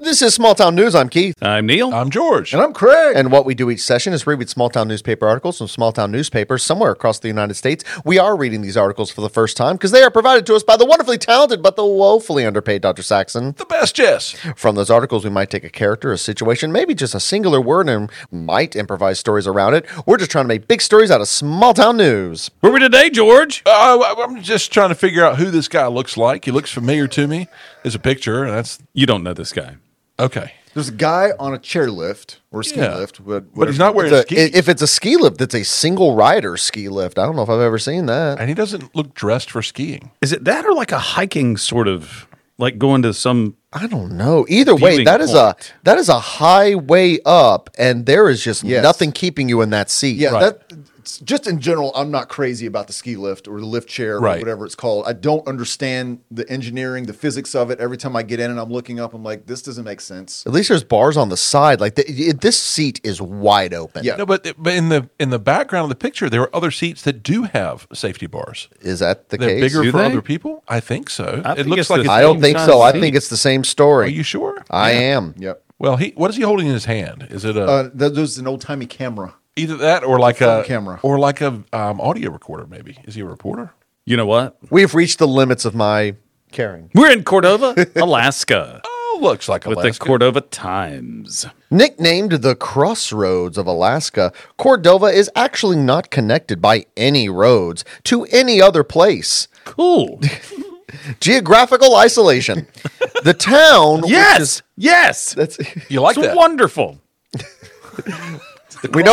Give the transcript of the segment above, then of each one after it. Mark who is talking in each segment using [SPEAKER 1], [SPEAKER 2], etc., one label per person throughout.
[SPEAKER 1] This is Small Town News. I'm Keith.
[SPEAKER 2] I'm Neil.
[SPEAKER 3] I'm George.
[SPEAKER 4] And I'm Craig.
[SPEAKER 1] And what we do each session is read small town newspaper articles from small town newspapers somewhere across the United States. We are reading these articles for the first time because they are provided to us by the wonderfully talented but the woefully underpaid Dr. Saxon.
[SPEAKER 3] the best, yes. Uh,
[SPEAKER 1] From those articles, we might take a character, a situation, maybe just a singular word, and might improvise stories around it. We're just trying to make big stories out of small town news.
[SPEAKER 2] Where are we today, George?
[SPEAKER 3] Uh, I- I'm just trying to figure out who this guy looks like. He looks familiar to me. There's a picture, and that's
[SPEAKER 2] You don't know this guy.
[SPEAKER 3] okay.
[SPEAKER 4] There's a guy on a chair lift or a ski
[SPEAKER 3] Yeah.
[SPEAKER 4] lift, but,
[SPEAKER 3] But he's not wearing
[SPEAKER 1] The-
[SPEAKER 3] skis.
[SPEAKER 1] if it's a ski lift, that's a single rider ski lift. I don't know if I've ever seen that.
[SPEAKER 3] and he doesn't look dressed for skiing.
[SPEAKER 2] Is it that or like a hiking sort of like going to some?
[SPEAKER 1] I don't know. Either way,
[SPEAKER 2] Viewing
[SPEAKER 1] that is
[SPEAKER 2] point.
[SPEAKER 1] a that is a highway up, and there is just
[SPEAKER 4] Yes.
[SPEAKER 1] nothing keeping you in that seat.
[SPEAKER 4] Yeah,
[SPEAKER 3] Right.
[SPEAKER 4] that it's- just in general, I'm not crazy about the ski lift or the lift chair
[SPEAKER 3] Right.
[SPEAKER 4] or whatever it's called. I don't understand the engineering, the physics of it. Every time I get in and I'm looking up, I'm like, this doesn't make sense.
[SPEAKER 1] At least there's bars on the side. Like the, it, this seat is wide open.
[SPEAKER 4] Yeah.
[SPEAKER 3] No, but but in the in the background of the picture, there are other seats that do have safety bars.
[SPEAKER 1] Is that the
[SPEAKER 3] They're
[SPEAKER 1] case?
[SPEAKER 3] bigger
[SPEAKER 2] Do
[SPEAKER 3] for
[SPEAKER 2] they?
[SPEAKER 3] other people. I think so.
[SPEAKER 2] I
[SPEAKER 3] it
[SPEAKER 2] think
[SPEAKER 3] looks
[SPEAKER 2] it's
[SPEAKER 3] like
[SPEAKER 2] the-
[SPEAKER 3] it's
[SPEAKER 1] I don't
[SPEAKER 2] Same
[SPEAKER 1] think
[SPEAKER 2] size
[SPEAKER 1] so. I
[SPEAKER 2] seat.
[SPEAKER 1] think it's the same
[SPEAKER 3] Are
[SPEAKER 1] story.
[SPEAKER 3] you sure?
[SPEAKER 1] I am.
[SPEAKER 4] Yep.
[SPEAKER 3] well, he what is he holding in his hand? Is it a
[SPEAKER 4] Uh, th- there's an old timey camera.
[SPEAKER 3] either that or like a
[SPEAKER 4] phone camera.
[SPEAKER 3] or like a um, audio recorder? Maybe is he a reporter?
[SPEAKER 2] You know what?
[SPEAKER 1] We've reached the limits of my caring.
[SPEAKER 2] We're in Cordova, Alaska,
[SPEAKER 3] Oh, looks like a
[SPEAKER 2] with the Cordova Times.
[SPEAKER 1] Nicknamed the Crossroads of Alaska, Cordova is actually not connected by any roads to any other place.
[SPEAKER 2] Cool.
[SPEAKER 1] Geographical isolation. the town. which
[SPEAKER 2] yes. Yes.
[SPEAKER 1] That's,
[SPEAKER 3] You like
[SPEAKER 2] it's
[SPEAKER 3] that?
[SPEAKER 2] wonderful.
[SPEAKER 1] we know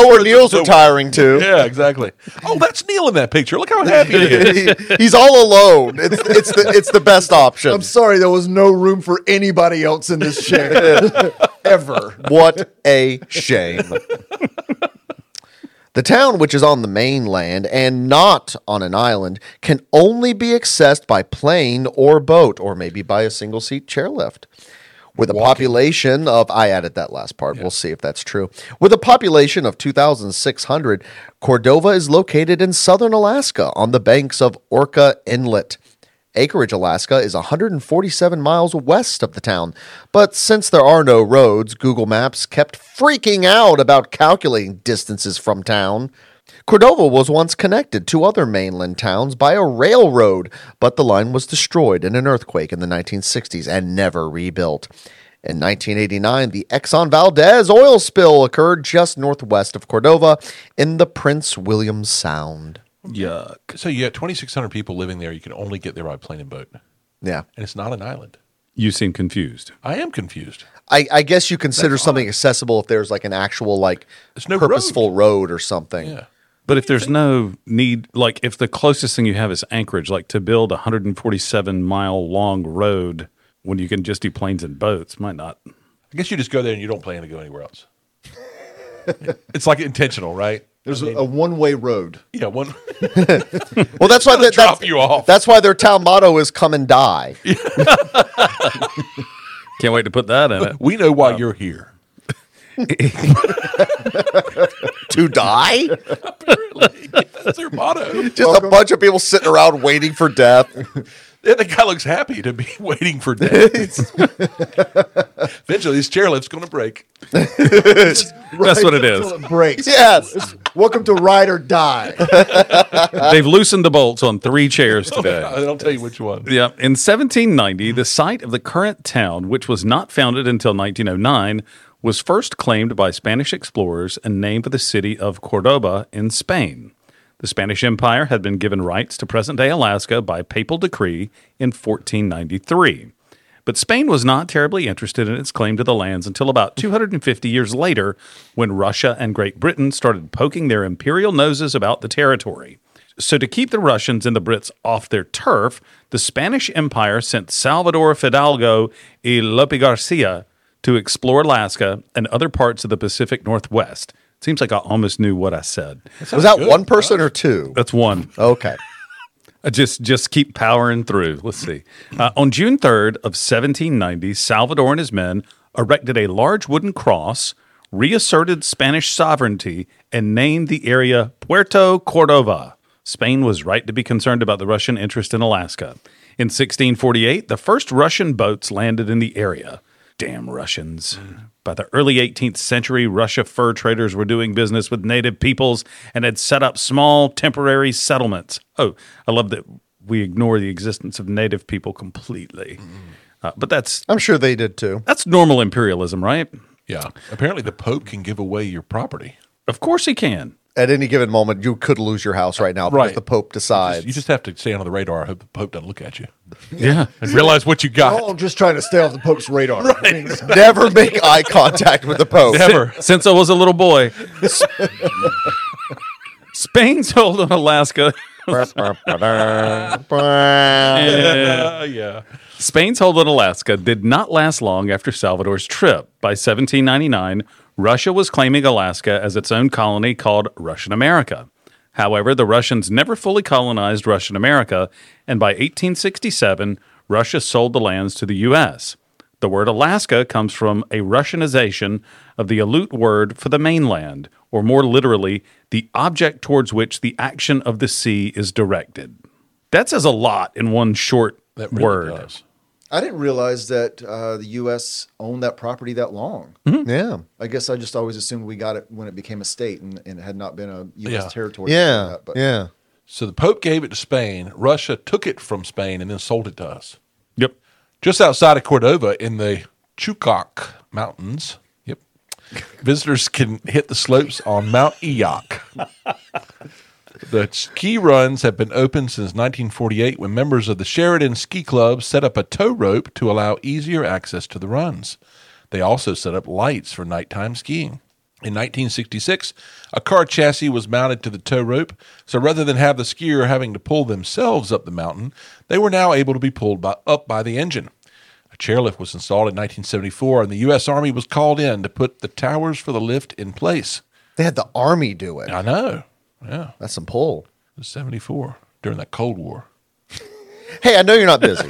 [SPEAKER 1] where
[SPEAKER 3] Crossroads
[SPEAKER 1] Neil's
[SPEAKER 3] of the-
[SPEAKER 1] retiring to.
[SPEAKER 3] Yeah, exactly. Oh, that's Neil in that picture. Look how happy he is.
[SPEAKER 1] He- he's all alone. It's, it's, the, it's the best option.
[SPEAKER 4] I'm sorry, there was no room for anybody else in this chair ever.
[SPEAKER 1] What a shame. The town, which is on the mainland and not on an island, can only be accessed by plane or boat, or maybe by a single seat chairlift. With a population of, I added that last part. We'll see if that's true. With a population of 2,600, Cordova is located in southern Alaska on the banks of Orca Inlet. Anchorage, Alaska is 147 miles west of the town. But since there are no roads, Google Maps kept freaking out about calculating distances from town. Cordova was once connected to other mainland towns by a railroad, but the line was destroyed in an earthquake in the 1960s and never rebuilt. In 1989, the Exxon Valdez oil spill occurred just northwest of Cordova in the Prince William Sound.
[SPEAKER 2] Yuck.
[SPEAKER 3] So you have 2,600 people living there. You can only get there by plane and boat, and
[SPEAKER 1] Yeah.
[SPEAKER 3] it's not an island.
[SPEAKER 2] You seem confused.
[SPEAKER 3] I am confused.
[SPEAKER 1] I, I guess you consider something accessible if there's like an actual like
[SPEAKER 3] There's no
[SPEAKER 1] purposeful road. or something.
[SPEAKER 3] Yeah,
[SPEAKER 2] But if there's no need, like if the closest thing you have is Anchorage, like to build a 147 mile long road when you can just do planes and boats, might not.
[SPEAKER 3] I guess you just go there and you don't plan to go anywhere else. it's like intentional, right?
[SPEAKER 4] There's a, a one way road.
[SPEAKER 3] Yeah, one.
[SPEAKER 1] Well, that's why
[SPEAKER 3] Gonna
[SPEAKER 1] that, that's,
[SPEAKER 3] drop you off.
[SPEAKER 1] That's why their town motto is "Come and Die."
[SPEAKER 2] Can't wait to put that in it.
[SPEAKER 3] We know why you're here.
[SPEAKER 1] to die?
[SPEAKER 3] That's their motto.
[SPEAKER 1] Just a bunch of people sitting around waiting for death.
[SPEAKER 3] And the guy looks happy to be waiting for death. Eventually, this chairlift's going to break.
[SPEAKER 2] That's what it is.
[SPEAKER 4] Until it breaks.
[SPEAKER 1] Yes.
[SPEAKER 4] Welcome to Ride or Die.
[SPEAKER 2] They've loosened the bolts on three chairs today.
[SPEAKER 3] Uh, I'll tell you which one.
[SPEAKER 2] Yeah. In 1790, the site of the current town, which was not founded until 1909, was first claimed by Spanish explorers and named for the city of Cordoba in Spain. The Spanish Empire had been given rights to present day Alaska by papal decree in 1493. But Spain was not terribly interested in its claim to the lands until about 250 years later, when Russia and Great Britain started poking their imperial noses about the territory. So, to keep the Russians and the Brits off their turf, the Spanish Empire sent Salvador Fidalgo y Lope Garcia to explore Alaska and other parts of the Pacific Northwest. Seems like I almost knew what I said.
[SPEAKER 1] Was that one person or two?
[SPEAKER 2] That's one.
[SPEAKER 1] Okay.
[SPEAKER 2] Uh, Just just keep powering through. Let's see. Uh, on June 3rd of 1790, Salvador and his men erected a large wooden cross, reasserted Spanish sovereignty, and named the area Puerto Cordova. Spain was right to be concerned about the Russian interest in Alaska. In 1648, the first Russian boats landed in the area. Damn Russians. By the early 18th century, Russia fur traders were doing business with native peoples and had set up small temporary settlements. Oh, I love that we ignore the existence of native people completely. Uh, but that's
[SPEAKER 1] I'm sure they did too.
[SPEAKER 2] that's normal imperialism, right?
[SPEAKER 3] Yeah. Apparently, the Pope can give away your property.
[SPEAKER 2] Of course he can.
[SPEAKER 1] At any given moment, you could lose your house right now because
[SPEAKER 3] Right.
[SPEAKER 1] the Pope decides.
[SPEAKER 3] You just have to stay under the radar. I hope the Pope doesn't look at you
[SPEAKER 2] Yeah.
[SPEAKER 3] and realize what you got.
[SPEAKER 4] Oh, I'm just trying to stay off the Pope's radar. I mean,
[SPEAKER 1] never make eye contact with the Pope.
[SPEAKER 3] Never.
[SPEAKER 2] since I was a little boy. S- Spain's hold on Alaska.
[SPEAKER 3] Uh, yeah.
[SPEAKER 2] Spain's hold on Alaska did not last long after Salvador's trip. By 1799, Russia was claiming Alaska as its own colony called Russian America. However, the Russians never fully colonized Russian America, and by 1867, Russia sold the lands to the U.S. The word Alaska comes from a Russianization of the Aleut word for the mainland, or more literally, the object towards which the action of the sea is directed. That says a lot in one short
[SPEAKER 3] That really
[SPEAKER 2] word.
[SPEAKER 3] does.
[SPEAKER 4] I didn't realize that uh, the U.S. owned that property that long.
[SPEAKER 3] Hmm?
[SPEAKER 1] Yeah.
[SPEAKER 4] I guess I just always assumed we got it when it became a state and, and it had not been a U.S.
[SPEAKER 3] Yeah.
[SPEAKER 4] territory. before
[SPEAKER 1] Yeah.
[SPEAKER 4] that, but
[SPEAKER 1] Yeah.
[SPEAKER 3] So the Pope gave it to Spain. Russia took it from Spain and then sold it to us.
[SPEAKER 2] Yep.
[SPEAKER 3] Just outside of Cordova in the Chukoch Mountains. Yep. Visitors can hit the slopes on Mount Eoc. the ski runs have been open since 1948 when members of the Sheridan Ski Club set up a tow rope to allow easier access to the runs. They also set up lights for nighttime skiing. In 1966, a car chassis was mounted to the tow rope, so rather than have the skier having to pull themselves up the mountain, they were now able to be pulled by, up by the engine. A chairlift was installed in 1974, and the U.S. Army was called in to put the towers for the lift in place.
[SPEAKER 1] They had the army do it.
[SPEAKER 3] I know. Yeah.
[SPEAKER 1] That's some pull.
[SPEAKER 3] It was 74 during that Cold War.
[SPEAKER 1] Hey, I know you're not busy.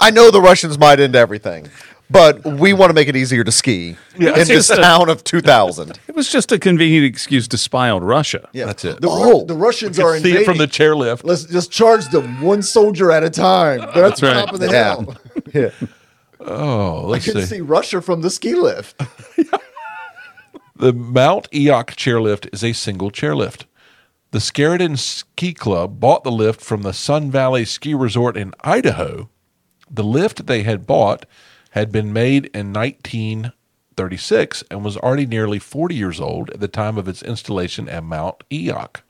[SPEAKER 1] I know the Russians might end everything, but we want to make it easier to ski
[SPEAKER 2] Yeah.
[SPEAKER 1] in this town of 2000.
[SPEAKER 2] It was just a convenient excuse to spy on Russia.
[SPEAKER 4] Yeah.
[SPEAKER 3] That's it.
[SPEAKER 4] The, Ru-
[SPEAKER 1] Oh.
[SPEAKER 4] the Russians
[SPEAKER 3] You
[SPEAKER 4] are
[SPEAKER 3] could see it
[SPEAKER 4] invading.
[SPEAKER 3] from the chairlift.
[SPEAKER 4] Let's just charge them one soldier at a time. They're at the
[SPEAKER 2] right.
[SPEAKER 4] top of the
[SPEAKER 1] Yeah.
[SPEAKER 4] hill.
[SPEAKER 3] Oh,
[SPEAKER 4] I
[SPEAKER 3] let's
[SPEAKER 4] can
[SPEAKER 3] see.
[SPEAKER 4] see Russia from the ski lift.
[SPEAKER 3] The Mount Eoc chairlift is a single chairlift. The Skerridon Ski Club bought the lift from the Sun Valley Ski Resort in Idaho. The lift they had bought had been made in 1936 and was already nearly 40 years old at the time of its installation at Mount Eoc.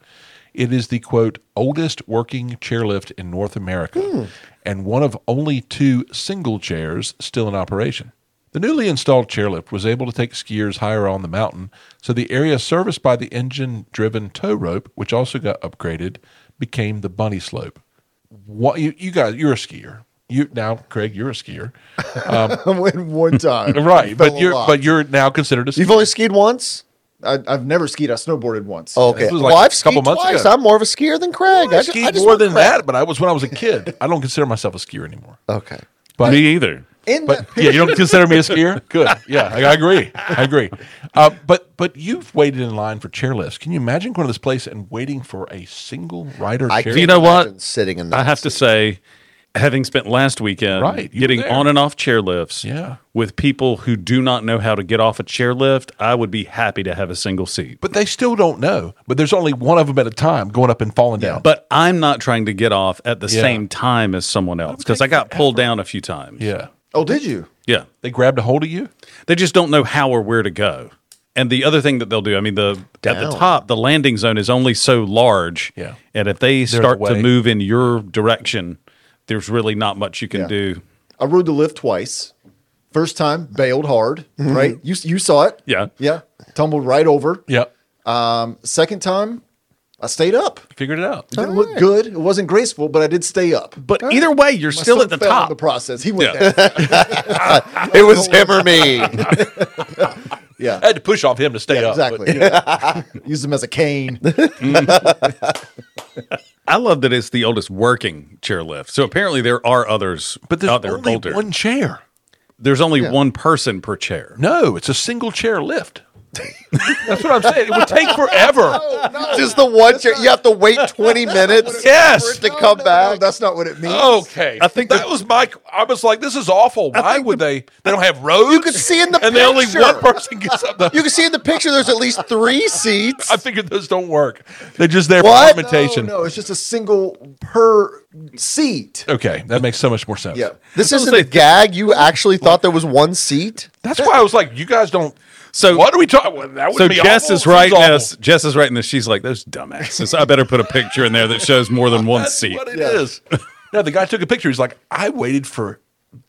[SPEAKER 3] It is the quote oldest working chairlift in North America and one of only two single chairs still in operation. The newly installed chairlift was able to take skiers higher on the mountain, so the area serviced by the engine driven tow rope, which also got upgraded, became the bunny slope. What you, you guys you're a skier. You now, Craig, you're a skier.
[SPEAKER 4] in one time.
[SPEAKER 3] Right.
[SPEAKER 4] Fell
[SPEAKER 3] But you're
[SPEAKER 4] off.
[SPEAKER 3] but you're now considered a skier.
[SPEAKER 1] You've only skied once?
[SPEAKER 4] I, I've never skied. I snowboarded once.
[SPEAKER 1] Okay.
[SPEAKER 3] This was
[SPEAKER 1] well,
[SPEAKER 3] like
[SPEAKER 1] I've
[SPEAKER 3] a couple
[SPEAKER 1] skied
[SPEAKER 3] months
[SPEAKER 1] twice.
[SPEAKER 3] ago.
[SPEAKER 1] I'm more of a skier than Craig.
[SPEAKER 3] I
[SPEAKER 1] I, ju-
[SPEAKER 3] skied
[SPEAKER 1] I just
[SPEAKER 3] more
[SPEAKER 1] want
[SPEAKER 3] than
[SPEAKER 1] Craig.
[SPEAKER 3] that, but I was when I was a kid. I don't consider myself a skier anymore.
[SPEAKER 1] Okay.
[SPEAKER 3] But
[SPEAKER 2] Me either.
[SPEAKER 4] In
[SPEAKER 3] But
[SPEAKER 4] that
[SPEAKER 3] yeah, you don't consider me a skier. Good. Yeah, I, I agree. I agree. Uh, but but you've waited in line for chairlifts. Can you imagine going to this place and waiting for a single rider
[SPEAKER 1] I
[SPEAKER 3] chair?
[SPEAKER 1] can't
[SPEAKER 2] You know what?
[SPEAKER 1] imagine Sitting in that.
[SPEAKER 2] I have to say, having spent last weekend
[SPEAKER 3] Right, you were
[SPEAKER 2] getting
[SPEAKER 3] there.
[SPEAKER 2] on and off chairlifts
[SPEAKER 3] Yeah.
[SPEAKER 2] with people who do not know how to get off a chairlift, I would be happy to have a single seat.
[SPEAKER 3] But they still don't know. But there's only one of them at a time going up and falling down.
[SPEAKER 2] But I'm not trying to get off at the
[SPEAKER 3] Yeah.
[SPEAKER 2] same time as someone else because I got pulled down a few times.
[SPEAKER 3] yeah,
[SPEAKER 4] oh, did you?
[SPEAKER 2] Yeah.
[SPEAKER 3] they grabbed a hold of you.
[SPEAKER 2] They just don't know how or where to go. And the other thing that they'll do, I mean, the at the
[SPEAKER 1] Down.
[SPEAKER 2] top, the landing zone is only so large.
[SPEAKER 3] Yeah.
[SPEAKER 2] And if they start to
[SPEAKER 3] way.
[SPEAKER 2] move in your direction, there's really not much you can
[SPEAKER 4] Yeah.
[SPEAKER 2] do.
[SPEAKER 4] I rode the lift twice. First time, bailed hard. Right? You you saw it.
[SPEAKER 2] Yeah.
[SPEAKER 4] Yeah. Tumbled right over.
[SPEAKER 3] Yep,
[SPEAKER 4] Um, second time, I stayed up.
[SPEAKER 3] figured it out.
[SPEAKER 4] It didn't look good. It wasn't graceful, but I did stay up.
[SPEAKER 2] But either way, you're
[SPEAKER 4] My
[SPEAKER 2] still
[SPEAKER 4] son
[SPEAKER 2] at the
[SPEAKER 4] fell in
[SPEAKER 2] top.
[SPEAKER 4] The process. He went.
[SPEAKER 2] Yeah.
[SPEAKER 4] Down.
[SPEAKER 1] it was him or me.
[SPEAKER 4] Yeah.
[SPEAKER 3] I had to push off him to stay
[SPEAKER 4] Yeah,
[SPEAKER 3] up. but-
[SPEAKER 4] exactly. Yeah. Use them as a cane.
[SPEAKER 2] I love that it's the oldest working chairlift. So apparently there are others
[SPEAKER 3] But, there's
[SPEAKER 2] out there
[SPEAKER 3] only
[SPEAKER 2] older.
[SPEAKER 3] one chair.
[SPEAKER 2] there's only one person per chair.
[SPEAKER 3] No, it's a single chair lift. That's what I'm saying. It would take forever.
[SPEAKER 1] Just the one chair. You have to wait 20 minutes
[SPEAKER 3] Yes.
[SPEAKER 1] for it to come back.
[SPEAKER 4] that's not what it means.
[SPEAKER 3] Okay.
[SPEAKER 2] I think
[SPEAKER 3] that was my. I was like, this is awful. Why would they? They don't have roads.
[SPEAKER 1] You could see in the
[SPEAKER 3] and they only
[SPEAKER 1] picture.
[SPEAKER 3] one person gets up. The,
[SPEAKER 1] You can see in the picture there's at least three seats.
[SPEAKER 3] I figured those don't work. They're just there
[SPEAKER 1] What?
[SPEAKER 3] for ornamentation.
[SPEAKER 4] Oh, No, no, it's just a single per seat.
[SPEAKER 3] Okay, that makes so much more sense.
[SPEAKER 4] Yeah.
[SPEAKER 1] This isn't a gag. You actually thought there was one seat?
[SPEAKER 3] That's why I was like, you guys don't.
[SPEAKER 2] So-
[SPEAKER 3] what are we talking? Well, that would
[SPEAKER 2] So
[SPEAKER 3] be
[SPEAKER 2] Jess
[SPEAKER 3] awful.
[SPEAKER 2] is right in
[SPEAKER 3] This awful.
[SPEAKER 2] this. Jess is right in this. She's like, those dumbasses. I better put a picture in there that shows more than one
[SPEAKER 3] That's
[SPEAKER 2] seat.
[SPEAKER 3] what it is. no, the guy took a picture. He's like, I waited for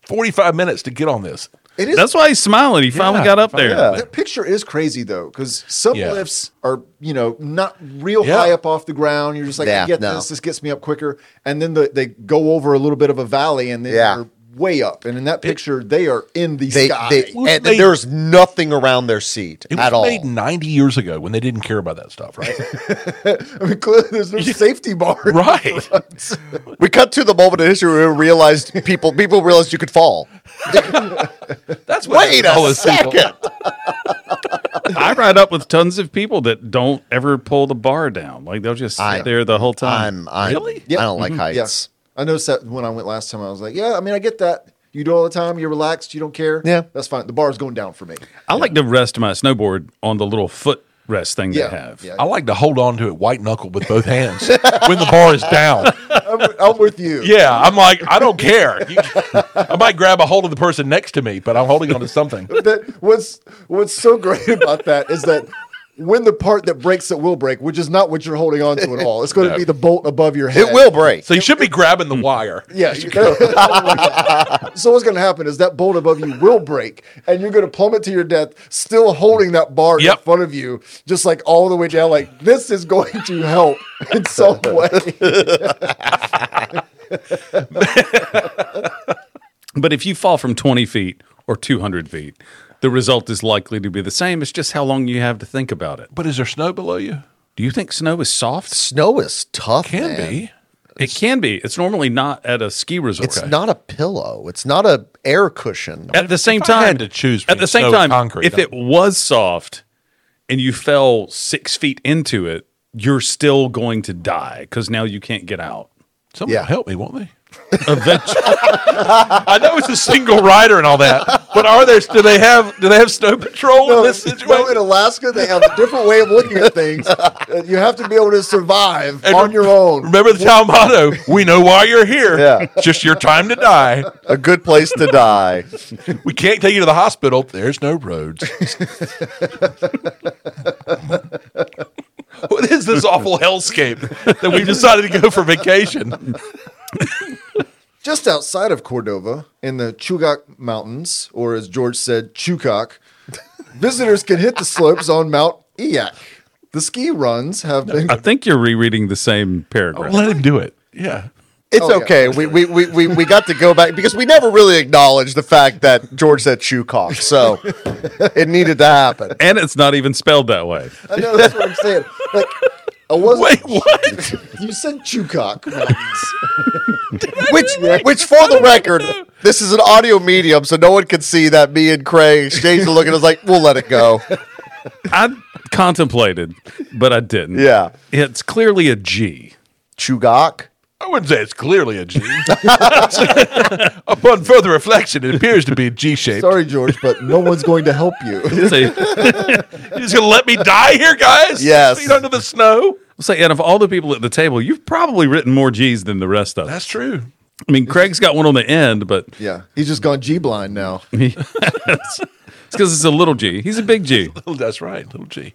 [SPEAKER 3] forty-five minutes to get on this.
[SPEAKER 4] It is
[SPEAKER 2] That's why he's smiling. He finally
[SPEAKER 3] Yeah,
[SPEAKER 2] got up there.
[SPEAKER 1] yeah.
[SPEAKER 4] That picture is crazy though, because some
[SPEAKER 3] Yeah.
[SPEAKER 4] lifts are you know not real
[SPEAKER 3] Yeah.
[SPEAKER 4] high up off the ground. You're just like,
[SPEAKER 1] Yeah,
[SPEAKER 4] I get
[SPEAKER 1] no.
[SPEAKER 4] this. This gets me up quicker, and then the, they go over a little bit of a valley, and then
[SPEAKER 1] Yeah.
[SPEAKER 4] they're way up. And in that picture, they are in the
[SPEAKER 1] They,
[SPEAKER 4] sky.
[SPEAKER 1] they,
[SPEAKER 3] was
[SPEAKER 1] and
[SPEAKER 3] made-
[SPEAKER 1] there's nothing around their seat
[SPEAKER 3] It was
[SPEAKER 1] at all.
[SPEAKER 3] made ninety years ago when they didn't care about that stuff, right?
[SPEAKER 4] I mean, clearly there's no safety bar.
[SPEAKER 3] right.
[SPEAKER 1] We cut to the moment in history where we realized people people realized you could fall.
[SPEAKER 3] That's what
[SPEAKER 1] Wait
[SPEAKER 3] all
[SPEAKER 1] a
[SPEAKER 3] this people-
[SPEAKER 1] second.
[SPEAKER 2] I ride up with tons of people that don't ever pull the bar down. Like they'll just sit
[SPEAKER 1] I-
[SPEAKER 2] there the whole time.
[SPEAKER 1] I'm, I'm
[SPEAKER 3] Really?
[SPEAKER 1] I don't
[SPEAKER 4] Mm-hmm.
[SPEAKER 1] like heights.
[SPEAKER 4] Yes, I noticed that when I went last time. I was like, yeah, I mean, I get that. You do it all the time. You're relaxed. You don't care.
[SPEAKER 1] Yeah.
[SPEAKER 4] that's fine. The bar's going down for me.
[SPEAKER 2] I like to rest my snowboard on the little foot rest thing
[SPEAKER 4] Yeah,
[SPEAKER 2] they have.
[SPEAKER 4] yeah.
[SPEAKER 3] I like to hold on to it white knuckle with both hands when the bar is down.
[SPEAKER 4] I'm, I'm with you.
[SPEAKER 3] Yeah, I'm like, I don't care. You- I might grab a hold of the person next to me, but I'm holding on to something.
[SPEAKER 4] that what's what's so great about that is that when the part that breaks it will break, which is not what you're holding on to at all. It's going to be the bolt above your head.
[SPEAKER 1] It will break.
[SPEAKER 3] So you should be grabbing the wire.
[SPEAKER 4] Yeah. you- so what's going to happen is that bolt above you will break, and you're going to plummet to your death, still holding that bar in
[SPEAKER 3] Yep.
[SPEAKER 4] front of you, just like all the way down. Like this is going to help in some way.
[SPEAKER 2] But if you fall from 20 feet or 200 feet, the result is likely to be the same. It's just how long you have to think about it.
[SPEAKER 3] But is there snow below you?
[SPEAKER 2] Do you think snow is soft?
[SPEAKER 1] Snow is tough.
[SPEAKER 3] Can
[SPEAKER 1] man.
[SPEAKER 3] be.
[SPEAKER 2] It can be. It's normally not at a ski resort.
[SPEAKER 1] It's not a pillow. It's not a air cushion.
[SPEAKER 2] at the same
[SPEAKER 3] I
[SPEAKER 2] time
[SPEAKER 3] had to choose
[SPEAKER 2] at the
[SPEAKER 3] between
[SPEAKER 2] same
[SPEAKER 3] snow
[SPEAKER 2] time
[SPEAKER 3] and concrete,
[SPEAKER 2] if it was soft and you fell six feet into it you're still going to die because now you can't get out
[SPEAKER 3] Someone will
[SPEAKER 4] Yeah.
[SPEAKER 3] help me, won't they?
[SPEAKER 2] eventually
[SPEAKER 3] I know it's a single rider and all that, but are there? Do they have? Do they have snow patrol in this situation?
[SPEAKER 4] No, in Alaska, they have a different way of looking at things. Uh, You have to be able to survive
[SPEAKER 3] And
[SPEAKER 4] on your own.
[SPEAKER 3] Remember the town motto: "We know why you're here.
[SPEAKER 1] Yeah.
[SPEAKER 3] It's just your time to die.
[SPEAKER 1] A good place to die.
[SPEAKER 3] We can't take you to the hospital. There's no roads." what is this awful hellscape that we decided to go for vacation?
[SPEAKER 4] Just outside of Cordova, in the Chugach Mountains, or as George said, Chukak, visitors can hit the slopes on Mount Iyak. The ski runs have been.
[SPEAKER 2] i think you're rereading the same paragraph
[SPEAKER 3] Let him do it. Yeah.
[SPEAKER 1] It's
[SPEAKER 4] Oh, yeah.
[SPEAKER 1] okay. We, we, we, we, we got to go back because we never really acknowledged the fact that George said shoe cock. So it needed to happen.
[SPEAKER 2] and it's not even spelled that way
[SPEAKER 4] I know that's what I'm saying. Like, I wasn't.
[SPEAKER 3] Wait, what?
[SPEAKER 4] You said Chukak Mountains.
[SPEAKER 1] Which, which for the record, this is an audio medium, so no one can see that me and Craig exchanged a look and I was like, we'll let it go.
[SPEAKER 2] i contemplated but i didn't
[SPEAKER 1] Yeah.
[SPEAKER 2] it's clearly a g
[SPEAKER 1] Chugok.
[SPEAKER 3] I wouldn't say it's clearly a G. Upon further reflection, it appears to be G shaped.
[SPEAKER 4] Sorry, George, but no one's going to help you.
[SPEAKER 2] It's a-
[SPEAKER 3] You're just gonna let me die here, guys?
[SPEAKER 1] Yes.
[SPEAKER 3] Feet under the snow.
[SPEAKER 2] say out of all the people at the table you've probably written more g's than the rest of us
[SPEAKER 3] That's true.
[SPEAKER 2] i mean craig's got one on the end but
[SPEAKER 4] Yeah, he's just gone G blind now.
[SPEAKER 2] it's because it's a little g he's a big g
[SPEAKER 3] Oh, That's right, little G.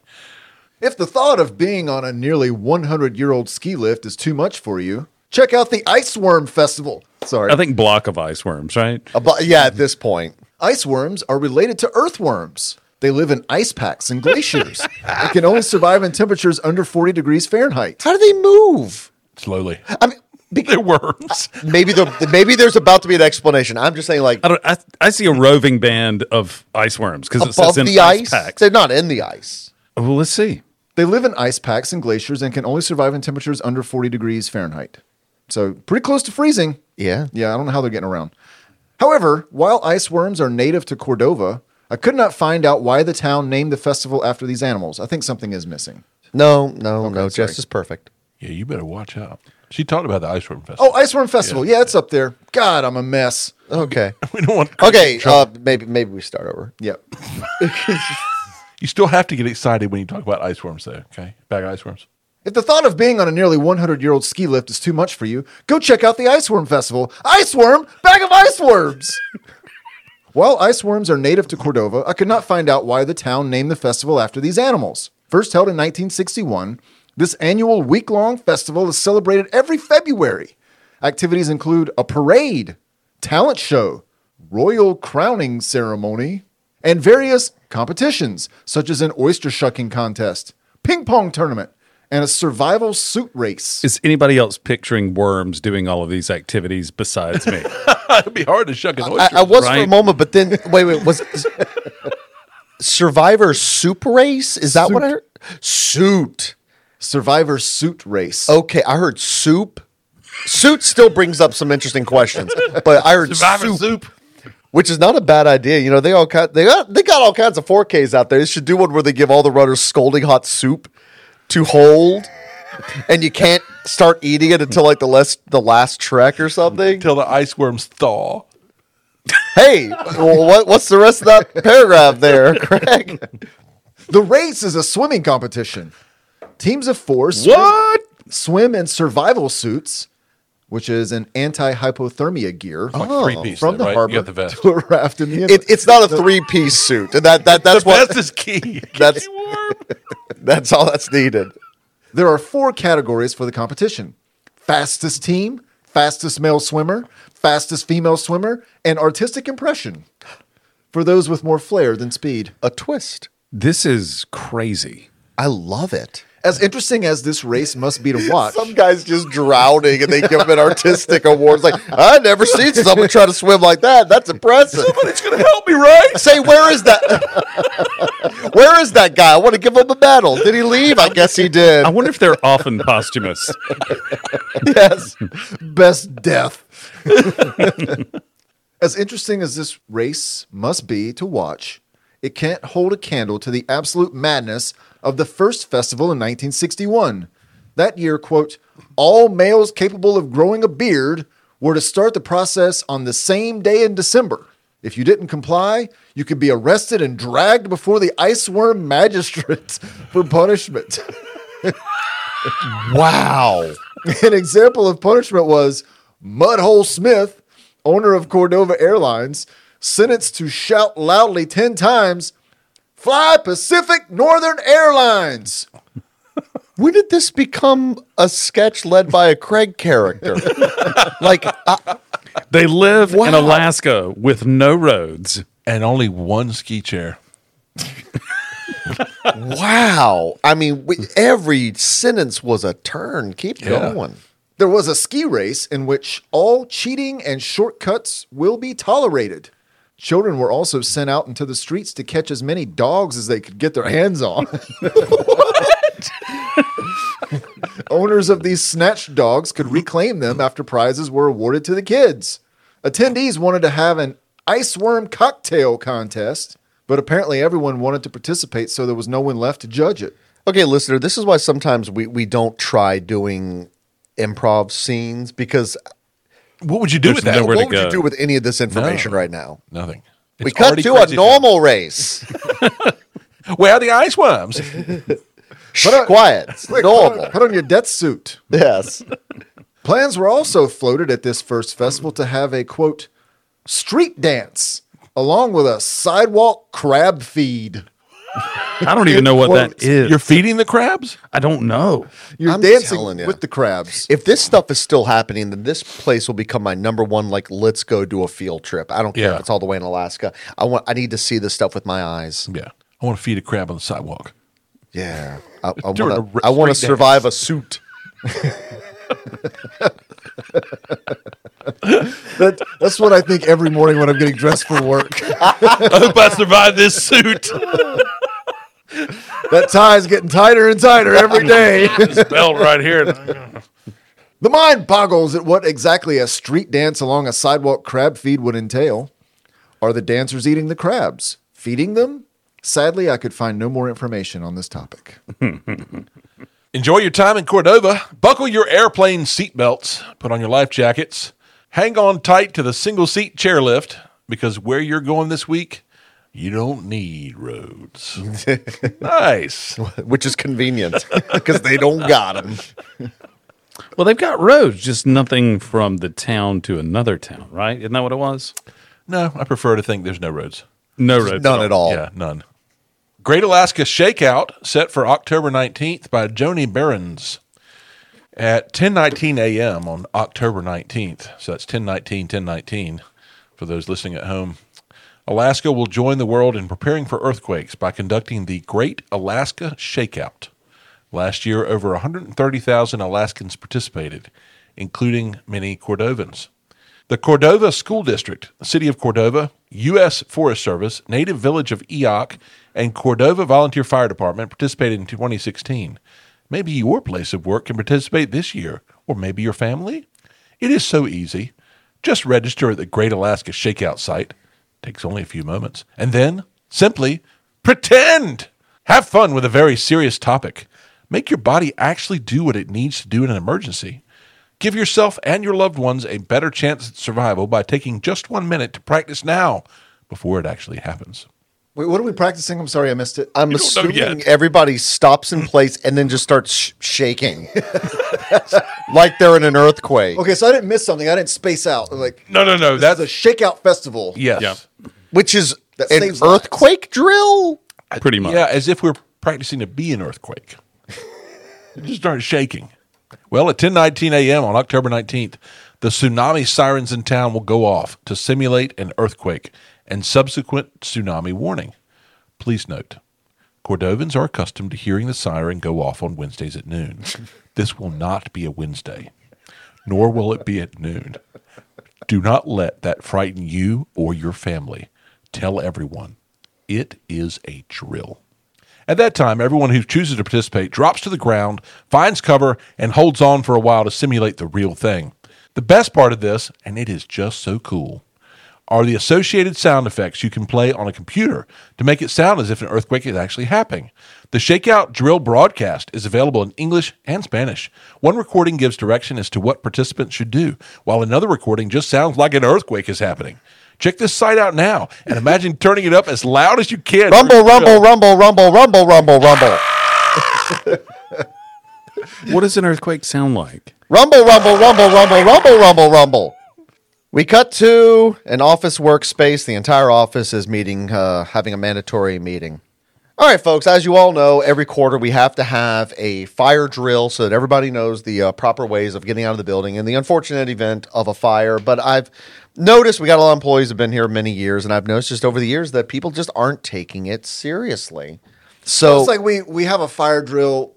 [SPEAKER 4] If the thought of being on a nearly 100 year old ski lift is too much for you, check out the Ice Worm Festival. Sorry.
[SPEAKER 2] I think block of ice worms, right?
[SPEAKER 1] About, yeah, at this point.
[SPEAKER 4] Ice worms are related to earthworms. They live in ice packs and glaciers and can only survive in temperatures under 40 degrees Fahrenheit.
[SPEAKER 1] How do they move?
[SPEAKER 3] Slowly.
[SPEAKER 1] I mean, be-
[SPEAKER 3] They're worms.
[SPEAKER 1] maybe the maybe there's about to be an explanation. I'm just saying, like
[SPEAKER 2] I don't. I, I see a roving band of ice worms because it
[SPEAKER 1] above
[SPEAKER 2] sits in
[SPEAKER 1] the ice,
[SPEAKER 2] packs.
[SPEAKER 1] they're not in the ice.
[SPEAKER 2] Well, let's see.
[SPEAKER 4] They live in ice packs and glaciers and can only survive in temperatures under 40 degrees Fahrenheit. So, pretty close to freezing.
[SPEAKER 1] Yeah.
[SPEAKER 4] Yeah, I don't know how they're getting around. However, while ice worms are native to Cordova, I could not find out why the town named the festival after these animals. I think something is missing.
[SPEAKER 1] No, no, no.
[SPEAKER 4] sorry.
[SPEAKER 1] Just is perfect.
[SPEAKER 3] Yeah, you better watch out. She talked about the Ice Room Festival.
[SPEAKER 4] Oh, Iceworm Festival. Yeah, it's up there. God, I'm a mess.
[SPEAKER 1] Okay.
[SPEAKER 3] we don't want.
[SPEAKER 1] Okay. Uh, maybe maybe we start over.
[SPEAKER 4] Yep.
[SPEAKER 3] You still have to get excited when you talk about ice worms, though. Okay, bag of ice worms.
[SPEAKER 4] If the thought of being on a nearly 100 year old ski lift is too much for you, go check out the Iceworm Festival. Iceworm, bag of iceworms! While iceworms are native to Cordova, I could not find out why the town named the festival after these animals. First held in 1961, this annual week long festival is celebrated every February. Activities include a parade, talent show, royal crowning ceremony, and various competitions, such as an oyster shucking contest, ping pong tournament, and a survival suit race.
[SPEAKER 2] Is anybody else picturing worms doing all of these activities besides me?
[SPEAKER 3] It'd be hard to shuck an
[SPEAKER 1] I,
[SPEAKER 3] oyster.
[SPEAKER 1] I was for a
[SPEAKER 2] Right.
[SPEAKER 1] moment, but then wait, wait. Was Survivor Soup Race? Is that what I heard? Suit.
[SPEAKER 4] Survivor suit race.
[SPEAKER 1] Okay, I heard soup. Suit still brings up some interesting questions, but I heard
[SPEAKER 3] Survivor
[SPEAKER 1] soup,
[SPEAKER 3] soup.
[SPEAKER 1] which is not a bad idea. You know, they all got they got they got all kinds of 4Ks out there. They should do one where they give all the runners scalding hot soup to hold, and you can't start eating it until like the last the last trek or something.
[SPEAKER 3] Till the ice worms thaw.
[SPEAKER 1] Hey, well, what what's the rest of that paragraph there, Craig?
[SPEAKER 4] The race is a swimming competition. Teams of four swim,
[SPEAKER 3] What?
[SPEAKER 4] swim in survival suits, which is an anti hypothermia gear
[SPEAKER 3] Oh, three-piece
[SPEAKER 4] from
[SPEAKER 3] then,
[SPEAKER 4] the
[SPEAKER 3] right? You
[SPEAKER 4] harbor
[SPEAKER 3] got the vest.
[SPEAKER 4] to a raft in the inlet.
[SPEAKER 1] It, it's not a three piece suit, and that that that's what
[SPEAKER 3] That's his key.
[SPEAKER 1] that's that's all that's needed.
[SPEAKER 4] there are four categories for the competition fastest team, fastest male swimmer, fastest female swimmer, and artistic impression for those with more flair than speed.
[SPEAKER 1] A twist.
[SPEAKER 2] this is crazy.
[SPEAKER 1] I love it.
[SPEAKER 4] As interesting as this race must be to watch,
[SPEAKER 1] Some guy's just drowning and they give him an artistic award. It's like, I never seen someone try to swim like that. That's impressive.
[SPEAKER 3] It's gonna help me, right?
[SPEAKER 1] Say, where is that? where is that guy? I want to give him a medal. Did he leave? I guess he did.
[SPEAKER 2] I wonder if they're often posthumous.
[SPEAKER 1] Yes.
[SPEAKER 4] best death. as interesting as this race must be to watch, it can't hold a candle to the absolute madness of the first festival in 1961. That year, quote, all males capable of growing a beard were to start the process on the same day in December. If you didn't comply, you could be arrested and dragged before the iceworm magistrate for punishment.
[SPEAKER 1] Wow.
[SPEAKER 4] An example of punishment was Mudhole Smith, owner of Cordova Airlines, sentenced to shout loudly 10 times, Fly Pacific Northern Airlines.
[SPEAKER 1] When did this become a sketch led by a Craig character? like, I,
[SPEAKER 2] They live in
[SPEAKER 1] Wow.
[SPEAKER 2] Alaska with no roads.
[SPEAKER 3] And only one ski chair.
[SPEAKER 1] wow. I mean, we, every sentence was a turn. Keep going.
[SPEAKER 4] There was a ski race in which all cheating and shortcuts will be tolerated. Children were also sent out into the streets to catch as many dogs as they could get their hands on. Owners of these snatched dogs could reclaim them after prizes were awarded to the kids. Attendees wanted to have an iceworm cocktail contest, but apparently everyone wanted to participate, so there was no one left to judge it.
[SPEAKER 1] Okay, listener, this is why sometimes we, we don't try doing improv scenes because uh,
[SPEAKER 3] What would you do
[SPEAKER 2] There's
[SPEAKER 3] with that?
[SPEAKER 2] nowhere- Where to
[SPEAKER 1] what would you
[SPEAKER 2] go?
[SPEAKER 1] do with any of this information right now?
[SPEAKER 3] Nothing.
[SPEAKER 1] we
[SPEAKER 3] It's
[SPEAKER 1] cut
[SPEAKER 3] already
[SPEAKER 1] to a
[SPEAKER 3] crazy
[SPEAKER 1] normal race.
[SPEAKER 3] town. Where are the ice worms?
[SPEAKER 1] Shh,
[SPEAKER 3] uh,
[SPEAKER 1] quiet. It's
[SPEAKER 4] Quick, put on-
[SPEAKER 1] normal.
[SPEAKER 4] put on your death suit.
[SPEAKER 1] Yes.
[SPEAKER 4] Plans were also floated at this first festival to have a quote street dance along with a sidewalk crab feed.
[SPEAKER 2] I don't even know what that is.
[SPEAKER 3] You're feeding the crabs?
[SPEAKER 2] I don't know.
[SPEAKER 4] You're
[SPEAKER 1] I'm telling
[SPEAKER 4] dancing
[SPEAKER 1] ya.
[SPEAKER 4] with the crabs.
[SPEAKER 1] If this stuff is still happening, then this place will become my number one. Like, let's go do a field trip. I don't care
[SPEAKER 3] Yeah.
[SPEAKER 1] if it's all the way in Alaska. I want. I need to see this stuff with my eyes.
[SPEAKER 3] Yeah. I want to feed a crab on the sidewalk.
[SPEAKER 1] Yeah. I, I
[SPEAKER 3] During
[SPEAKER 1] want
[SPEAKER 3] a
[SPEAKER 1] to. I want to
[SPEAKER 3] street dance.
[SPEAKER 1] survive a suit.
[SPEAKER 4] That, that's what I think every morning when I'm getting dressed for work.
[SPEAKER 3] I hope I survive this suit.
[SPEAKER 4] That tie's getting tighter and tighter every day.
[SPEAKER 3] this belt right here.
[SPEAKER 4] The mind boggles at what exactly a street dance along a sidewalk crab feed would entail. Are the dancers eating the crabs? feeding them? Sadly, I could find no more information on this topic.
[SPEAKER 3] Enjoy your time in Cordova. Buckle your airplane seatbelts. Put on your life jackets. Hang on tight to the single seat chairlift because where you're going this week, you don't need roads. nice.
[SPEAKER 1] which is convenient because they don't got them.
[SPEAKER 2] Well, they've got roads, just nothing from the town to another town, right? Isn't that what it was?
[SPEAKER 3] No, I prefer to think there's no roads.
[SPEAKER 2] No roads.
[SPEAKER 1] None at all.
[SPEAKER 3] Yeah, none. Great Alaska Shakeout set for October 19th by Joni Behrens at 10:19 a.m. on October 19th. So that's 10:19 10:19 for those listening at home. Alaska will join the world in preparing for earthquakes by conducting the Great Alaska Shakeout. Last year over 130,000 Alaskans participated, including many Cordovans. The Cordova School District, City of Cordova, U.S. Forest Service, Native Village of Eoc, and Cordova Volunteer Fire Department participated in 2016. Maybe your place of work can participate this year, or maybe your family. It is so easy. Just register at the Great Alaska Shakeout site. Takes only a few moments. And then simply pretend. Have fun with a very serious topic. Make your body actually do what it needs to do in an emergency. Give yourself and your loved ones a better chance at survival by taking just one minute to practice now before it actually happens.
[SPEAKER 4] Wait, what are we practicing? I'm sorry, I missed it.
[SPEAKER 1] I'm
[SPEAKER 3] don't know
[SPEAKER 1] assuming
[SPEAKER 3] yet.
[SPEAKER 1] everybody stops in place and then just starts sh- shaking like they're in an earthquake,
[SPEAKER 4] Okay, so I didn't miss something. I didn't space out. Like
[SPEAKER 3] No, no, no.
[SPEAKER 4] that's a shakeout festival.
[SPEAKER 3] yes.
[SPEAKER 2] Yeah.
[SPEAKER 1] which is
[SPEAKER 4] That
[SPEAKER 1] an
[SPEAKER 4] saves lives.
[SPEAKER 1] earthquake drill.
[SPEAKER 2] Pretty much.
[SPEAKER 3] Yeah, as if we're practicing to be an earthquake. You just start shaking. Well, at 10:19 a.m. on October 19th, the tsunami sirens in town will go off to simulate an earthquake and subsequent tsunami warning. Please note, Cordovans are accustomed to hearing the siren go off on Wednesdays at noon. This will not be a Wednesday, nor will it be at noon. Do not let that frighten you or your family. Tell everyone. It is a drill. At that time, everyone who chooses to participate drops to the ground, finds cover, and holds on for a while to simulate the real thing. The best part of this, and it is just so cool, are the associated sound effects you can play on a computer to make it sound as if an earthquake is actually happening. The Shakeout Drill broadcast is available in English and Spanish. One recording gives direction as to what participants should do, while another recording just sounds like an earthquake is happening. Check this site out now and imagine turning it up as loud as you can.
[SPEAKER 1] Rumble, rumble, rumble, rumble, rumble, rumble, rumble,
[SPEAKER 2] What does an earthquake sound like?
[SPEAKER 1] rumble, rumble, rumble, rumble, rumble, rumble, rumble. We cut to an office workspace. The entire office is meeting, uh, having a mandatory meeting. All right, folks, as you all know, every quarter we have to have a fire drill so that everybody knows the uh, proper ways of getting out of the building in the unfortunate event of a fire. But I've noticed we got a lot of employees who have been here many years, and I've noticed just over the years that people just aren't taking it seriously. So
[SPEAKER 4] It's like we we have a fire drill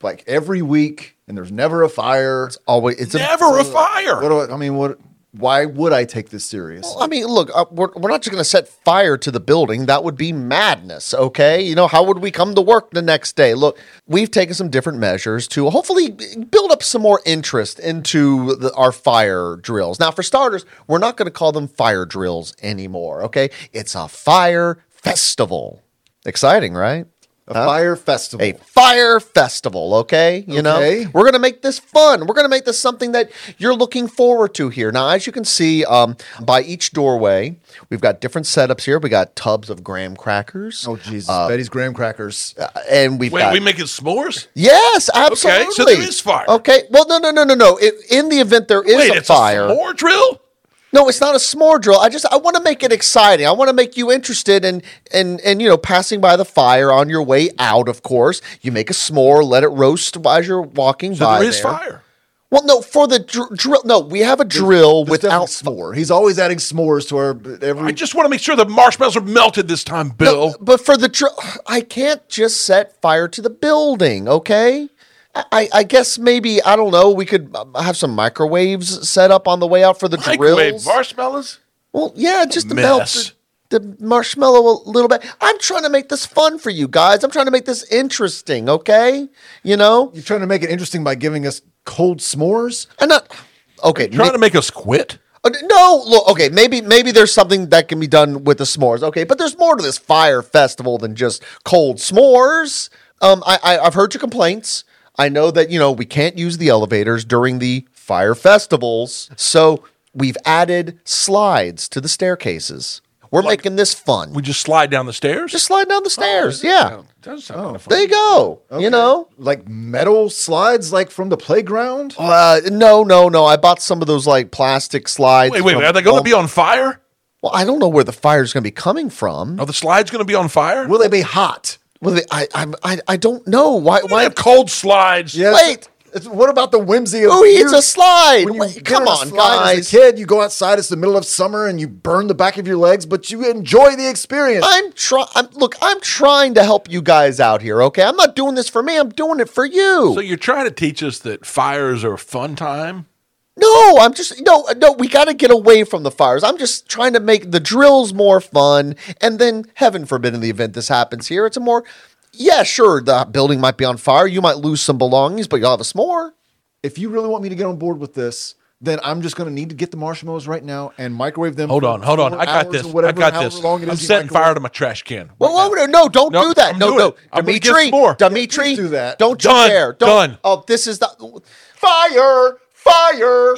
[SPEAKER 4] like every week, and there's never a fire.
[SPEAKER 1] always it's a
[SPEAKER 3] Never a fire.
[SPEAKER 4] What do I, I mean? What? Why would I take this serious?
[SPEAKER 1] Well, I mean, look, uh, we're, we're not just going to set fire to the building. That would be madness, okay? You know, how would we come to work the next day? Look, we've taken some different measures to hopefully b- build up some more interest into the, our fire drills. Now, for starters, we're not going to call them fire drills anymore, okay? It's a fire festival. Exciting, right?
[SPEAKER 4] a fire festival.
[SPEAKER 1] a fire festival, okay? You
[SPEAKER 4] Okay.
[SPEAKER 1] know, we're going to make this fun. We're going to make this something that you're looking forward to here. Now, as you can see, um, by each doorway, we've got different setups here. We got tubs of graham crackers. Uh,
[SPEAKER 4] oh Jesus! Betty's graham crackers.
[SPEAKER 1] And we've
[SPEAKER 3] Wait,
[SPEAKER 1] got
[SPEAKER 3] we making s'mores?
[SPEAKER 1] yes, absolutely.
[SPEAKER 3] so there is fire.
[SPEAKER 1] Okay, well, no, no, no, no, no. If, in the event there is
[SPEAKER 3] Wait,
[SPEAKER 1] a
[SPEAKER 3] it's
[SPEAKER 1] fire,
[SPEAKER 3] a s'more drill?
[SPEAKER 1] no, it's not a s'more drill. I just I want to make it exciting. I want to make you interested in and and you know passing by the fire on your way out. Of course, you make a s'more, let it roast as you're walking
[SPEAKER 3] So
[SPEAKER 1] by.
[SPEAKER 3] there is
[SPEAKER 1] there.
[SPEAKER 3] fire.
[SPEAKER 1] Well, no, for the dr- drill. No, we have a drill
[SPEAKER 4] There's
[SPEAKER 1] without
[SPEAKER 4] definitely s'more. He's always adding s'mores to our
[SPEAKER 3] I
[SPEAKER 4] every.
[SPEAKER 3] just want to make sure the marshmallows are melted this time, Bill.
[SPEAKER 1] But for the drill, I can't just set fire to the building. Okay. I- I, I guess maybe I don't know. We could um, have some microwaves set up on the way out for the
[SPEAKER 3] Microwave
[SPEAKER 1] drills.
[SPEAKER 3] marshmallows?
[SPEAKER 1] Well, yeah, just to
[SPEAKER 3] Mess.
[SPEAKER 1] melt the, the marshmallow a little bit. I'm trying to make this fun for you guys. I'm trying to make this interesting, okay? You know?
[SPEAKER 4] You're trying to make it interesting by giving us cold s'mores.
[SPEAKER 1] I'm not. Okay.
[SPEAKER 3] Trying
[SPEAKER 1] ma-
[SPEAKER 3] to make us quit?
[SPEAKER 1] Uh, No, look, okay, maybe maybe there's something that can be done with the s'mores. Okay, but there's more to this fire festival than just cold s'mores. Um, I, I I've heard your complaints. I know that you know we can't use the elevators during the fire festivals, so we've added slides to the staircases. We're making this fun.
[SPEAKER 3] We just slide down the stairs.
[SPEAKER 1] just slide
[SPEAKER 4] Oh,
[SPEAKER 1] down the stairs. yeah,
[SPEAKER 3] Doesn't sound kind of fun.
[SPEAKER 1] there you go. You know,
[SPEAKER 4] like metal slides, like from the playground.
[SPEAKER 1] Uh, no, no, no. I bought some of those like plastic slides.
[SPEAKER 3] Wait, wait,
[SPEAKER 1] from
[SPEAKER 3] wait, are they going
[SPEAKER 1] Bul-
[SPEAKER 3] to be on fire?
[SPEAKER 1] Well, I don't know where the fire's going to be coming from.
[SPEAKER 4] Oh.
[SPEAKER 3] Are the slides going to be on fire?
[SPEAKER 4] Will they be hot?
[SPEAKER 1] Well, they, I, I'm- I, I don't know why.
[SPEAKER 3] Why
[SPEAKER 1] Why?
[SPEAKER 3] have cold slides?
[SPEAKER 4] Yes.
[SPEAKER 1] Wait.
[SPEAKER 4] It's- what about the whimsy of?
[SPEAKER 1] Oh, it's
[SPEAKER 4] your-
[SPEAKER 1] a slide.
[SPEAKER 4] when you
[SPEAKER 1] Wait,
[SPEAKER 4] get
[SPEAKER 1] come
[SPEAKER 4] a
[SPEAKER 1] on,
[SPEAKER 4] slide
[SPEAKER 1] guys.
[SPEAKER 4] As a kid, you go outside. It's the middle of summer, and you burn the back of your legs, but you enjoy the experience.
[SPEAKER 1] I'm trying. Look, I'm trying to help you guys out here. Okay, I'm not doing this for me. I'm doing it for you.
[SPEAKER 3] So you're trying to teach us that fires are a fun time?
[SPEAKER 1] no, I'm just no, no. We got to get away from the fires. I'm just trying to make the drills more fun. And then, heaven forbid, in the event this happens here, it's a more. Yeah, sure. The building might be on fire. You might lose some belongings, but you'll have a s'more.
[SPEAKER 4] if you really want me to get on board with this, then I'm just going to need to get the marshmallows right now and microwave them.
[SPEAKER 3] Hold
[SPEAKER 4] for
[SPEAKER 3] on, hold on.
[SPEAKER 4] four
[SPEAKER 3] I got
[SPEAKER 4] hours
[SPEAKER 3] this.
[SPEAKER 4] or
[SPEAKER 3] I
[SPEAKER 4] Whatever,
[SPEAKER 3] got
[SPEAKER 4] however
[SPEAKER 3] this.
[SPEAKER 4] long it
[SPEAKER 3] I'm
[SPEAKER 4] is you
[SPEAKER 3] setting
[SPEAKER 4] microwave.
[SPEAKER 3] fire to my trash can.
[SPEAKER 1] Well, well, no, don't
[SPEAKER 3] No,
[SPEAKER 1] do that.
[SPEAKER 3] I'm
[SPEAKER 1] no,
[SPEAKER 3] doing
[SPEAKER 1] no,
[SPEAKER 3] it. I'm gonna get
[SPEAKER 1] Dimitri,
[SPEAKER 3] some more.
[SPEAKER 1] Dimitri,
[SPEAKER 4] Please do that.
[SPEAKER 1] Don't you
[SPEAKER 3] Done,
[SPEAKER 1] dare. Don't,
[SPEAKER 3] done.
[SPEAKER 1] Oh, this is the.
[SPEAKER 4] Fire! Fire!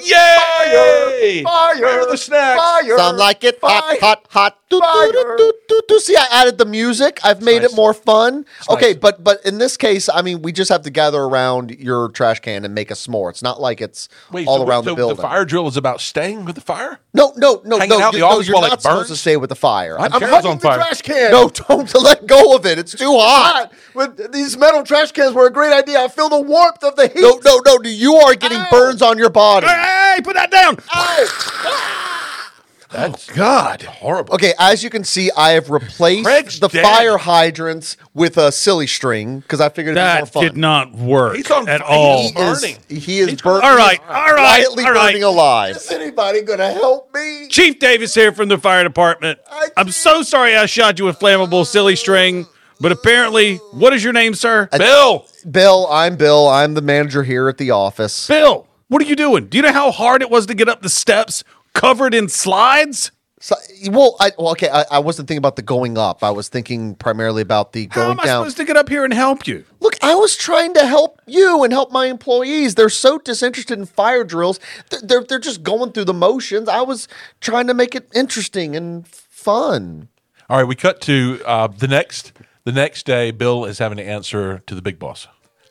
[SPEAKER 3] Yay!
[SPEAKER 4] Fire!
[SPEAKER 3] Where are the snacks?
[SPEAKER 4] Fire!
[SPEAKER 1] Sound like it hot,
[SPEAKER 4] Fire.
[SPEAKER 1] hot, hot. Do, do, do,
[SPEAKER 4] Fire.
[SPEAKER 1] do, do, do. See, I added the music. I've made
[SPEAKER 3] nice.
[SPEAKER 1] it more fun. okay,
[SPEAKER 3] nice.
[SPEAKER 1] but but in this case, I mean, we just have to gather around your trash can and make a s'more. It's not like it's
[SPEAKER 3] Wait,
[SPEAKER 1] all
[SPEAKER 3] so-
[SPEAKER 1] around
[SPEAKER 3] so
[SPEAKER 1] the building.
[SPEAKER 3] The fire drill is about staying with the fire?
[SPEAKER 1] no, no, no,
[SPEAKER 3] Hanging
[SPEAKER 1] no.
[SPEAKER 3] out in
[SPEAKER 1] you-
[SPEAKER 3] the
[SPEAKER 1] no,
[SPEAKER 3] office
[SPEAKER 1] you're
[SPEAKER 3] while it
[SPEAKER 1] not supposed to
[SPEAKER 3] burns?
[SPEAKER 1] stay with the fire.
[SPEAKER 3] I'm
[SPEAKER 1] I'm-
[SPEAKER 3] sure it's
[SPEAKER 4] Hugging
[SPEAKER 3] on
[SPEAKER 4] the
[SPEAKER 3] fire.
[SPEAKER 4] trash can.
[SPEAKER 1] no, don't let go of it. It's too hot.
[SPEAKER 4] With these metal trash cans were a great idea. I feel the warmth of the heat.
[SPEAKER 1] No, no, no. You are getting burns on your body.
[SPEAKER 2] Hey, put that down.
[SPEAKER 4] Oh,
[SPEAKER 3] That's God horrible.
[SPEAKER 1] Okay, as you can see, I have replaced
[SPEAKER 3] Craig's
[SPEAKER 1] the
[SPEAKER 3] dead.
[SPEAKER 1] fire hydrants with a silly string because I figured it'd be more
[SPEAKER 2] That
[SPEAKER 1] fun.
[SPEAKER 2] did not work
[SPEAKER 3] He's on
[SPEAKER 2] at
[SPEAKER 3] fire.
[SPEAKER 2] all.
[SPEAKER 1] He
[SPEAKER 3] He's burning.
[SPEAKER 1] is he is burning.
[SPEAKER 2] All right, all right,
[SPEAKER 1] quietly
[SPEAKER 2] all right.
[SPEAKER 1] burning alive.
[SPEAKER 4] Is anybody going to help me?
[SPEAKER 2] Chief Davis here from the fire department. I'm so sorry I shot you with flammable silly string, but apparently, what is your name, sir?
[SPEAKER 3] Bill,
[SPEAKER 1] Bill, I'm Bill. I'm the manager here at the office.
[SPEAKER 2] Bill, what are you doing? Do you know how hard it was to get up the steps covered in slides?
[SPEAKER 1] So, well, I, well, okay. I, I wasn't thinking about the going up. I was thinking primarily about the
[SPEAKER 2] How
[SPEAKER 1] going
[SPEAKER 2] am I
[SPEAKER 1] down.
[SPEAKER 2] supposed to get up here and help you?
[SPEAKER 1] Look, I was trying to help you and help my employees. They're so disinterested in fire drills. They're they're, they're just going through the motions. I was trying to make it interesting and fun.
[SPEAKER 3] All right, we cut to uh, the next the next day. Bill is having to answer to the big boss.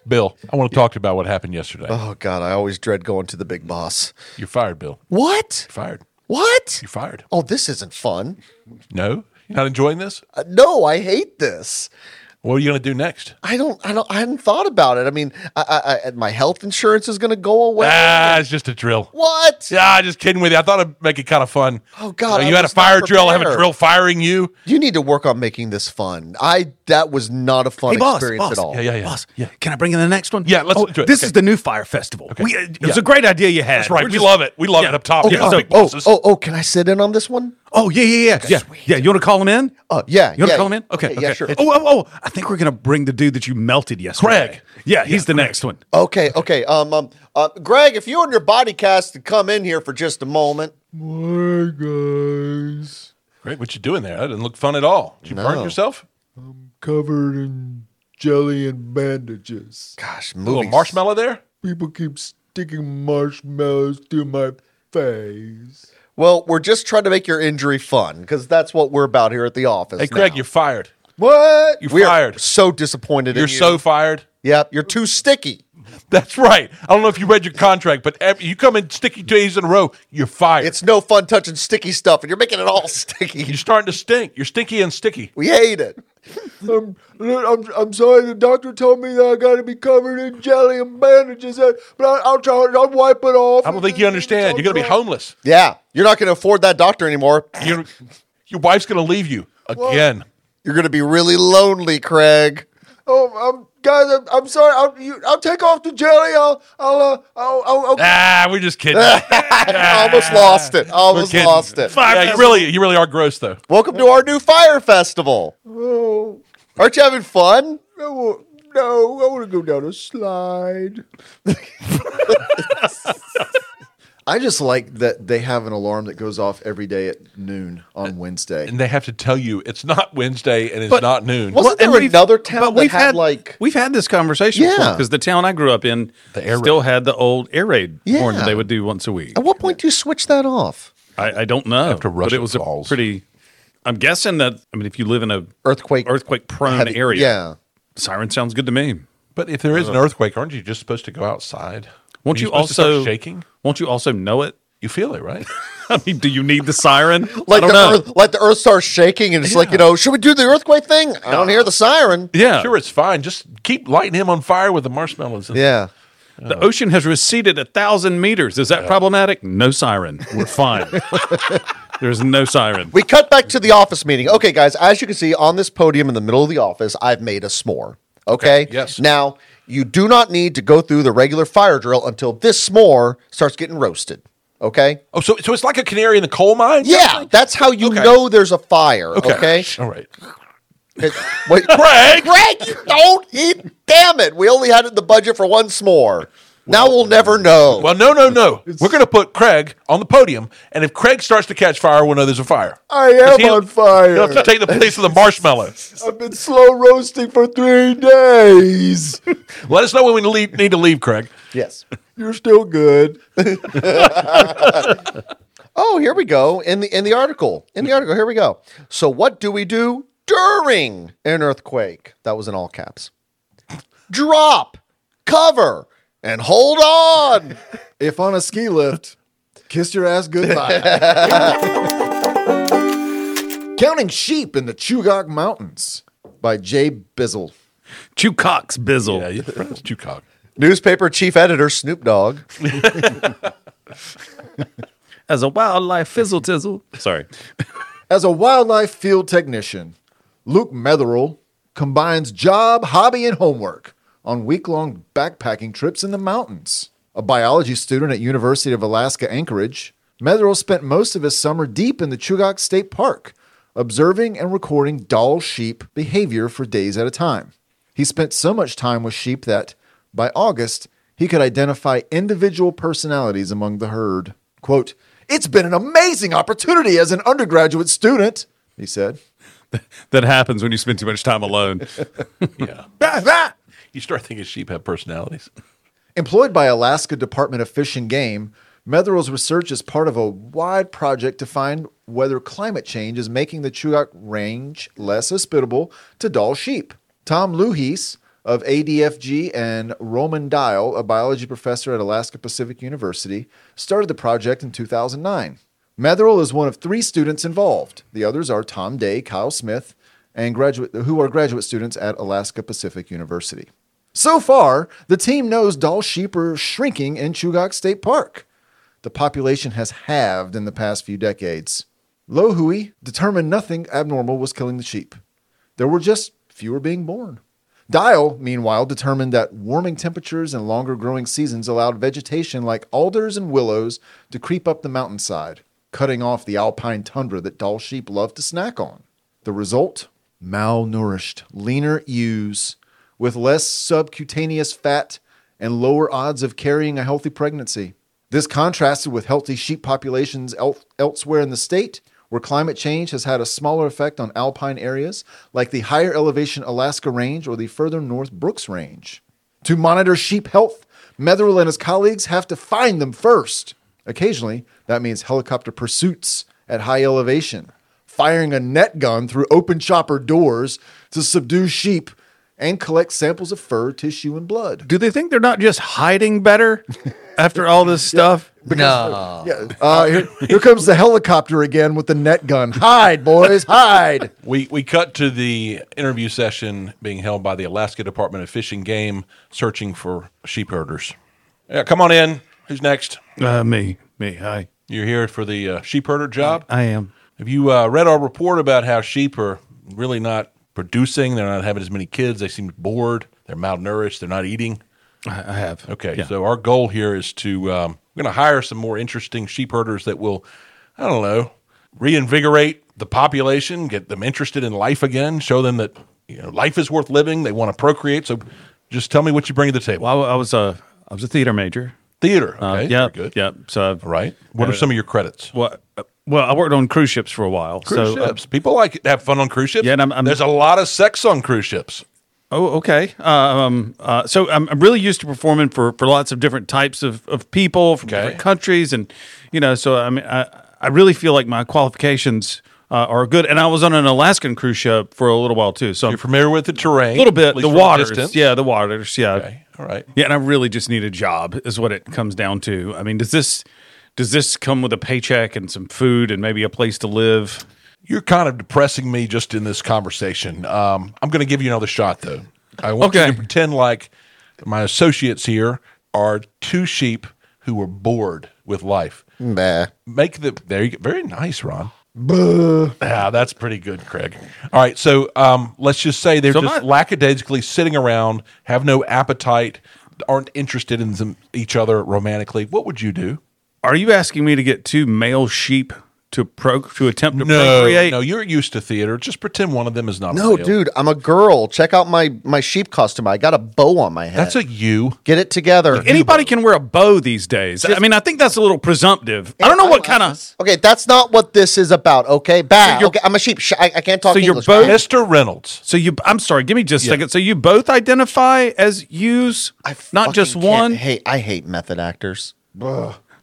[SPEAKER 3] Bill, I want to talk to you about what happened yesterday.
[SPEAKER 1] Oh God, I always dread going to the big boss.
[SPEAKER 3] You're fired, Bill.
[SPEAKER 1] What?
[SPEAKER 3] You're fired.
[SPEAKER 1] What?
[SPEAKER 3] You're fired.
[SPEAKER 1] Oh, this isn't fun.
[SPEAKER 3] No, you're not enjoying this.
[SPEAKER 1] Uh, no, I hate this.
[SPEAKER 3] What are you going to do next?
[SPEAKER 1] I don't. I don't. I hadn't thought about it. I mean, I, I, I, and my health insurance is going to go away.
[SPEAKER 3] Ah, it's just a drill.
[SPEAKER 1] what?
[SPEAKER 3] Yeah, just kidding with you. I thought I'd make it kind of fun. Uh,
[SPEAKER 1] Oh, God,
[SPEAKER 3] you,
[SPEAKER 1] I
[SPEAKER 3] know, you had a
[SPEAKER 1] was not
[SPEAKER 3] fire drill. I have a
[SPEAKER 1] prepared.
[SPEAKER 3] drill firing you.
[SPEAKER 1] You need to work on making this fun. I that was not a fun
[SPEAKER 2] Hey, boss,
[SPEAKER 1] experience
[SPEAKER 2] boss.
[SPEAKER 1] at all.
[SPEAKER 3] Yeah, yeah, yeah.
[SPEAKER 2] Boss, can I bring in the next one?
[SPEAKER 3] Yeah, let's
[SPEAKER 2] oh,
[SPEAKER 3] do it.
[SPEAKER 2] This
[SPEAKER 3] Okay.
[SPEAKER 2] is the new fire festival. We, uh, it was
[SPEAKER 3] Yeah.
[SPEAKER 2] a great idea you had.
[SPEAKER 3] That's right.
[SPEAKER 2] We're
[SPEAKER 3] We
[SPEAKER 2] just-
[SPEAKER 3] love it. We love it up top.
[SPEAKER 2] Oh,
[SPEAKER 3] Yeah,
[SPEAKER 2] yeah,
[SPEAKER 3] so-
[SPEAKER 2] big
[SPEAKER 1] Oh, oh, oh! Can I sit in on this one?
[SPEAKER 2] Oh yeah, yeah, yeah, yeah, yeah. You want to call him in?
[SPEAKER 1] Uh, yeah,
[SPEAKER 2] You want to
[SPEAKER 1] yeah.
[SPEAKER 2] call him in? Okay,
[SPEAKER 1] Okay,
[SPEAKER 2] okay.
[SPEAKER 1] yeah, sure.
[SPEAKER 2] Oh, oh, oh! I think we're gonna bring the dude that you melted yesterday.
[SPEAKER 3] Craig.
[SPEAKER 2] Yeah, he's the next one.
[SPEAKER 1] Okay, okay. Um, um uh, Greg, if you and your body cast could come in here for just a moment.
[SPEAKER 4] guys.
[SPEAKER 3] Great. What you doing there? That didn't look fun at all. Did you burn
[SPEAKER 1] No.
[SPEAKER 3] yourself?
[SPEAKER 4] Covered in jelly and bandages.
[SPEAKER 1] Gosh,
[SPEAKER 3] A little
[SPEAKER 1] movies.
[SPEAKER 3] marshmallow there?
[SPEAKER 4] People keep sticking marshmallows to my face.
[SPEAKER 1] Well, we're just trying to make your injury fun because that's what we're about here at the office.
[SPEAKER 3] Hey, Craig,
[SPEAKER 1] now.
[SPEAKER 3] you're fired.
[SPEAKER 4] What?
[SPEAKER 3] You're
[SPEAKER 1] we are
[SPEAKER 3] fired.
[SPEAKER 1] so disappointed.
[SPEAKER 3] You're
[SPEAKER 1] in you.
[SPEAKER 3] so fired.
[SPEAKER 1] Yep, you're too sticky.
[SPEAKER 3] That's right. I don't know if you read your contract, but ev- you come in sticky two days in a row, you're fired.
[SPEAKER 1] It's no fun touching sticky stuff, and you're making it all
[SPEAKER 3] you're
[SPEAKER 1] sticky.
[SPEAKER 3] starting to stink. You're stinky and sticky.
[SPEAKER 1] We hate it.
[SPEAKER 4] I'm, I'm, I'm sorry. The doctor told me that I got to be covered in jelly and bandages, uh, but I, I'll try. I'll wipe it off.
[SPEAKER 3] I don't think you understand. You're going to be homeless.
[SPEAKER 1] Yeah, you're not going to afford that doctor anymore.
[SPEAKER 3] You're, your wife's going to leave you again.
[SPEAKER 1] You're going to be really lonely, Craig.
[SPEAKER 4] Oh, um, guys, I'm, I'm sorry. I'll, you, I'll take off the jelly. I'll, I'll, uh, I'll, I'll, I'll
[SPEAKER 3] Ah, we're just kidding.
[SPEAKER 1] I almost lost it. I almost
[SPEAKER 3] kidding.
[SPEAKER 1] lost it.
[SPEAKER 3] yeah, you really, you really are gross though.
[SPEAKER 1] Welcome to our new fire festival.
[SPEAKER 4] oh,
[SPEAKER 1] Aren't you having fun?
[SPEAKER 4] I won't- Oh, no, I want to go down a slide. I just like that they have an alarm that goes off every day at noon on Wednesday.
[SPEAKER 3] and they have to tell you it's not Wednesday and it's
[SPEAKER 2] But-
[SPEAKER 3] not noon.
[SPEAKER 1] Wasn't
[SPEAKER 2] and
[SPEAKER 1] there
[SPEAKER 2] we've-
[SPEAKER 1] another town
[SPEAKER 2] but
[SPEAKER 1] that had, like-
[SPEAKER 2] we've had this conversation
[SPEAKER 1] Yeah.
[SPEAKER 2] because the town I grew up in
[SPEAKER 3] The air
[SPEAKER 2] still had the old air raid horn that
[SPEAKER 1] Yeah.
[SPEAKER 2] they would do once a week.
[SPEAKER 1] At what point do you switch that off?
[SPEAKER 2] I, I don't know,
[SPEAKER 3] After
[SPEAKER 2] but it
[SPEAKER 3] Russian
[SPEAKER 2] was
[SPEAKER 3] calls.
[SPEAKER 2] a pretty. I'm guessing that I mean, if you live in a
[SPEAKER 1] Earthquake.
[SPEAKER 2] earthquake prone
[SPEAKER 1] heavy-
[SPEAKER 2] area,
[SPEAKER 1] Yeah.
[SPEAKER 2] siren sounds good to me.
[SPEAKER 3] But if there is an earthquake, aren't you just supposed to go outside?
[SPEAKER 2] Won't
[SPEAKER 3] You're
[SPEAKER 2] you
[SPEAKER 3] supposed to start
[SPEAKER 2] also
[SPEAKER 3] shaking?
[SPEAKER 2] Won't you also know it?
[SPEAKER 3] You feel it, right?
[SPEAKER 2] I mean, do you need the siren? I
[SPEAKER 1] Like
[SPEAKER 2] don't
[SPEAKER 1] the
[SPEAKER 2] know.
[SPEAKER 1] earth, like the earth starts shaking, and it's like you know, should we do the earthquake thing? I don't hear the siren.
[SPEAKER 2] Yeah,
[SPEAKER 3] Sure, it's fine. Just keep lighting him on fire with the marshmallows.
[SPEAKER 1] Yeah.
[SPEAKER 2] the ocean has receded a thousand meters. Is that problematic? No siren. We're fine. There's no siren.
[SPEAKER 1] We cut back to the office meeting. Okay, guys, as you can see on this podium in the middle of the office, I've made a s'more. Okay?
[SPEAKER 3] yes.
[SPEAKER 1] Now, you do not need to go through the regular fire drill until this s'more starts getting roasted. Okay?
[SPEAKER 3] Oh, so so it's like a canary in the coal mine.
[SPEAKER 1] Yeah, that's how you
[SPEAKER 3] Okay.
[SPEAKER 1] know there's a fire. Okay.
[SPEAKER 3] All right.
[SPEAKER 1] It- Wait, Greg, Greg, you don't eat. Damn it. We only had it in the budget for one s'more. Now we'll never know.
[SPEAKER 3] Well, no, no, no. We're going to put Craig on the podium, and if Craig starts to catch fire, we'll know there's a fire.
[SPEAKER 4] I am
[SPEAKER 3] He'll-
[SPEAKER 4] on fire.
[SPEAKER 3] He'll have to take the place of the marshmallow.
[SPEAKER 4] I've been slow roasting for three days.
[SPEAKER 3] Let us know when we leave, need to leave, Craig.
[SPEAKER 1] yes.
[SPEAKER 4] You're still good.
[SPEAKER 1] Oh, here we go. In the in the article. In the article, here we go. So what do we do during an earthquake? That was in all caps. Drop, cover, and hold on.
[SPEAKER 4] If on a ski lift, kiss your ass goodbye. Counting Sheep in the Chugach Mountains by Jay Bizzle.
[SPEAKER 2] Chew cocks bizzle.
[SPEAKER 3] Yeah, you- that's too cock.
[SPEAKER 1] Newspaper chief editor Snoop Dogg.
[SPEAKER 2] As a wildlife fizzle tizzle. Sorry.
[SPEAKER 4] As a wildlife field technician, Luke Metherell combines job, hobby, and homework on week-long backpacking trips in the mountains. A biology student at University of Alaska Anchorage, Metherell spent most of his summer deep in the Chugach State Park, observing and recording doll sheep behavior for days at a time. He spent so much time with sheep that, by August, he could identify individual personalities among the herd. Quote, It's been an amazing opportunity as an undergraduate student, he said.
[SPEAKER 2] That happens when you spend too much time alone.
[SPEAKER 3] Yeah. You start thinking sheep have personalities.
[SPEAKER 4] Employed by Alaska Department of Fish and Game, Metherell's research is part of a wide project to find whether climate change is making the Chugach Range less hospitable to doll sheep. Tom Luhis of ADFG and Roman Dial, a biology professor at Alaska Pacific University, started the project in 2009. Metherell is one of three students involved. The others are Tom Day, Kyle Smith, and graduate who are graduate students at Alaska Pacific University. So far, the team knows doll sheep are shrinking in Chugach State Park. The population has halved in the past few decades. Lohui determined nothing abnormal was killing the sheep. There were just fewer being born. Dial, meanwhile, determined that warming temperatures and longer growing seasons allowed vegetation like alders and willows to creep up the mountainside, cutting off the alpine tundra that doll sheep love to snack on. The result? Malnourished, leaner ewes with less subcutaneous fat and lower odds of carrying a healthy pregnancy. This contrasted with healthy sheep populations el- elsewhere in the state, where climate change has had a smaller effect on alpine areas like the higher elevation Alaska Range or the further north Brooks Range. To monitor sheep health, Metherell and his colleagues have to find them first. Occasionally, that means helicopter pursuits at high elevation, firing a net gun through open chopper doors to subdue sheep and collect samples of fur, tissue, and blood.
[SPEAKER 2] Do they think they're not just hiding better after all this stuff?
[SPEAKER 1] No.
[SPEAKER 4] Yeah. Uh, here, here comes the helicopter again with the net gun. Hide, boys, hide.
[SPEAKER 3] We we cut to the interview session being held by the Alaska Department of Fish and Game, searching for sheep herders. Yeah, come on in. Who's next?
[SPEAKER 2] Uh, me, me, hi,
[SPEAKER 3] You're here for the uh, sheep herder job.
[SPEAKER 2] I am.
[SPEAKER 3] Have you uh, read our report about how sheep are really not producing? They're not having as many kids. They seem bored. They're malnourished. They're not eating.
[SPEAKER 2] I, I have.
[SPEAKER 3] Okay,
[SPEAKER 2] Yeah.
[SPEAKER 3] so our goal here is to um, we're going to hire some more interesting sheep herders that will, I don't know, reinvigorate the population, get them interested in life again, show them that you know life is worth living. They want to procreate. So, just tell me what you bring to the table.
[SPEAKER 2] Well, I, I was a I was a theater major,
[SPEAKER 3] Theater. Okay.
[SPEAKER 2] Uh, yeah, Uh,
[SPEAKER 3] very Good.
[SPEAKER 2] yeah. So, I've-
[SPEAKER 3] All right. What are some of your credits?
[SPEAKER 2] well, uh, well, I worked on cruise ships for a while.
[SPEAKER 3] Cruise
[SPEAKER 2] so, uh,
[SPEAKER 3] ships. People like it to have fun on cruise ships.
[SPEAKER 2] Yeah, and I'm- I'm-
[SPEAKER 3] There's a lot of sex on cruise ships.
[SPEAKER 2] Oh, okay. Uh, um, uh, so I'm, I'm really used to performing for, for lots of different types of, of people from
[SPEAKER 3] Okay.
[SPEAKER 2] different countries, and you know, so I mean, I, I really feel like my qualifications uh, are good. And I was on an Alaskan cruise ship for a little while too, so I'm
[SPEAKER 3] You're familiar with the terrain.
[SPEAKER 2] a little bit
[SPEAKER 3] at least
[SPEAKER 2] the
[SPEAKER 3] from
[SPEAKER 2] waters,
[SPEAKER 3] distance.
[SPEAKER 2] yeah, the waters, yeah,
[SPEAKER 3] Okay. All right.
[SPEAKER 2] yeah. And I really just need a job, is what it comes down to. I mean, does this does this come with a paycheck and some food and maybe a place to live?
[SPEAKER 3] You're kind of depressing me just in this conversation. Um, I'm going to give you another shot, though. I want you
[SPEAKER 2] Okay.
[SPEAKER 3] to pretend like my associates here are two sheep who were bored with life.
[SPEAKER 1] Nah.
[SPEAKER 3] Make the there you go. Very nice, Ron. Yeah, that's pretty good, Craig. All right, so um, let's just say they're
[SPEAKER 2] So
[SPEAKER 3] just
[SPEAKER 2] my-
[SPEAKER 3] lackadaisically sitting around, have no appetite, aren't interested in them, each other romantically. What would you do?
[SPEAKER 2] Are you asking me to get two male sheep to pro to attempt to procreate?
[SPEAKER 3] no, you're used to theater. Just pretend one of them is not.
[SPEAKER 1] No,
[SPEAKER 3] male.
[SPEAKER 1] dude, I'm a girl. Check out my my sheep costume. I got a bow on my head.
[SPEAKER 3] that's a you.
[SPEAKER 1] Get it together.
[SPEAKER 2] Anybody can wear a bow these days. I mean, I think that's a little presumptive. I don't know what kind of.
[SPEAKER 1] Okay, that's not what this is about. Okay, bah.
[SPEAKER 2] you're-
[SPEAKER 1] okay, I'm a sheep. Sh- I, I can't talk.
[SPEAKER 2] So you're
[SPEAKER 1] English,
[SPEAKER 2] both-
[SPEAKER 1] bah.
[SPEAKER 3] Mr. Reynolds.
[SPEAKER 2] So you, I'm sorry. Give me just a
[SPEAKER 3] Yeah.
[SPEAKER 2] second. So you both identify as yous,
[SPEAKER 1] I
[SPEAKER 2] not just
[SPEAKER 1] fucking
[SPEAKER 2] one.
[SPEAKER 1] can't Hate. I hate method actors.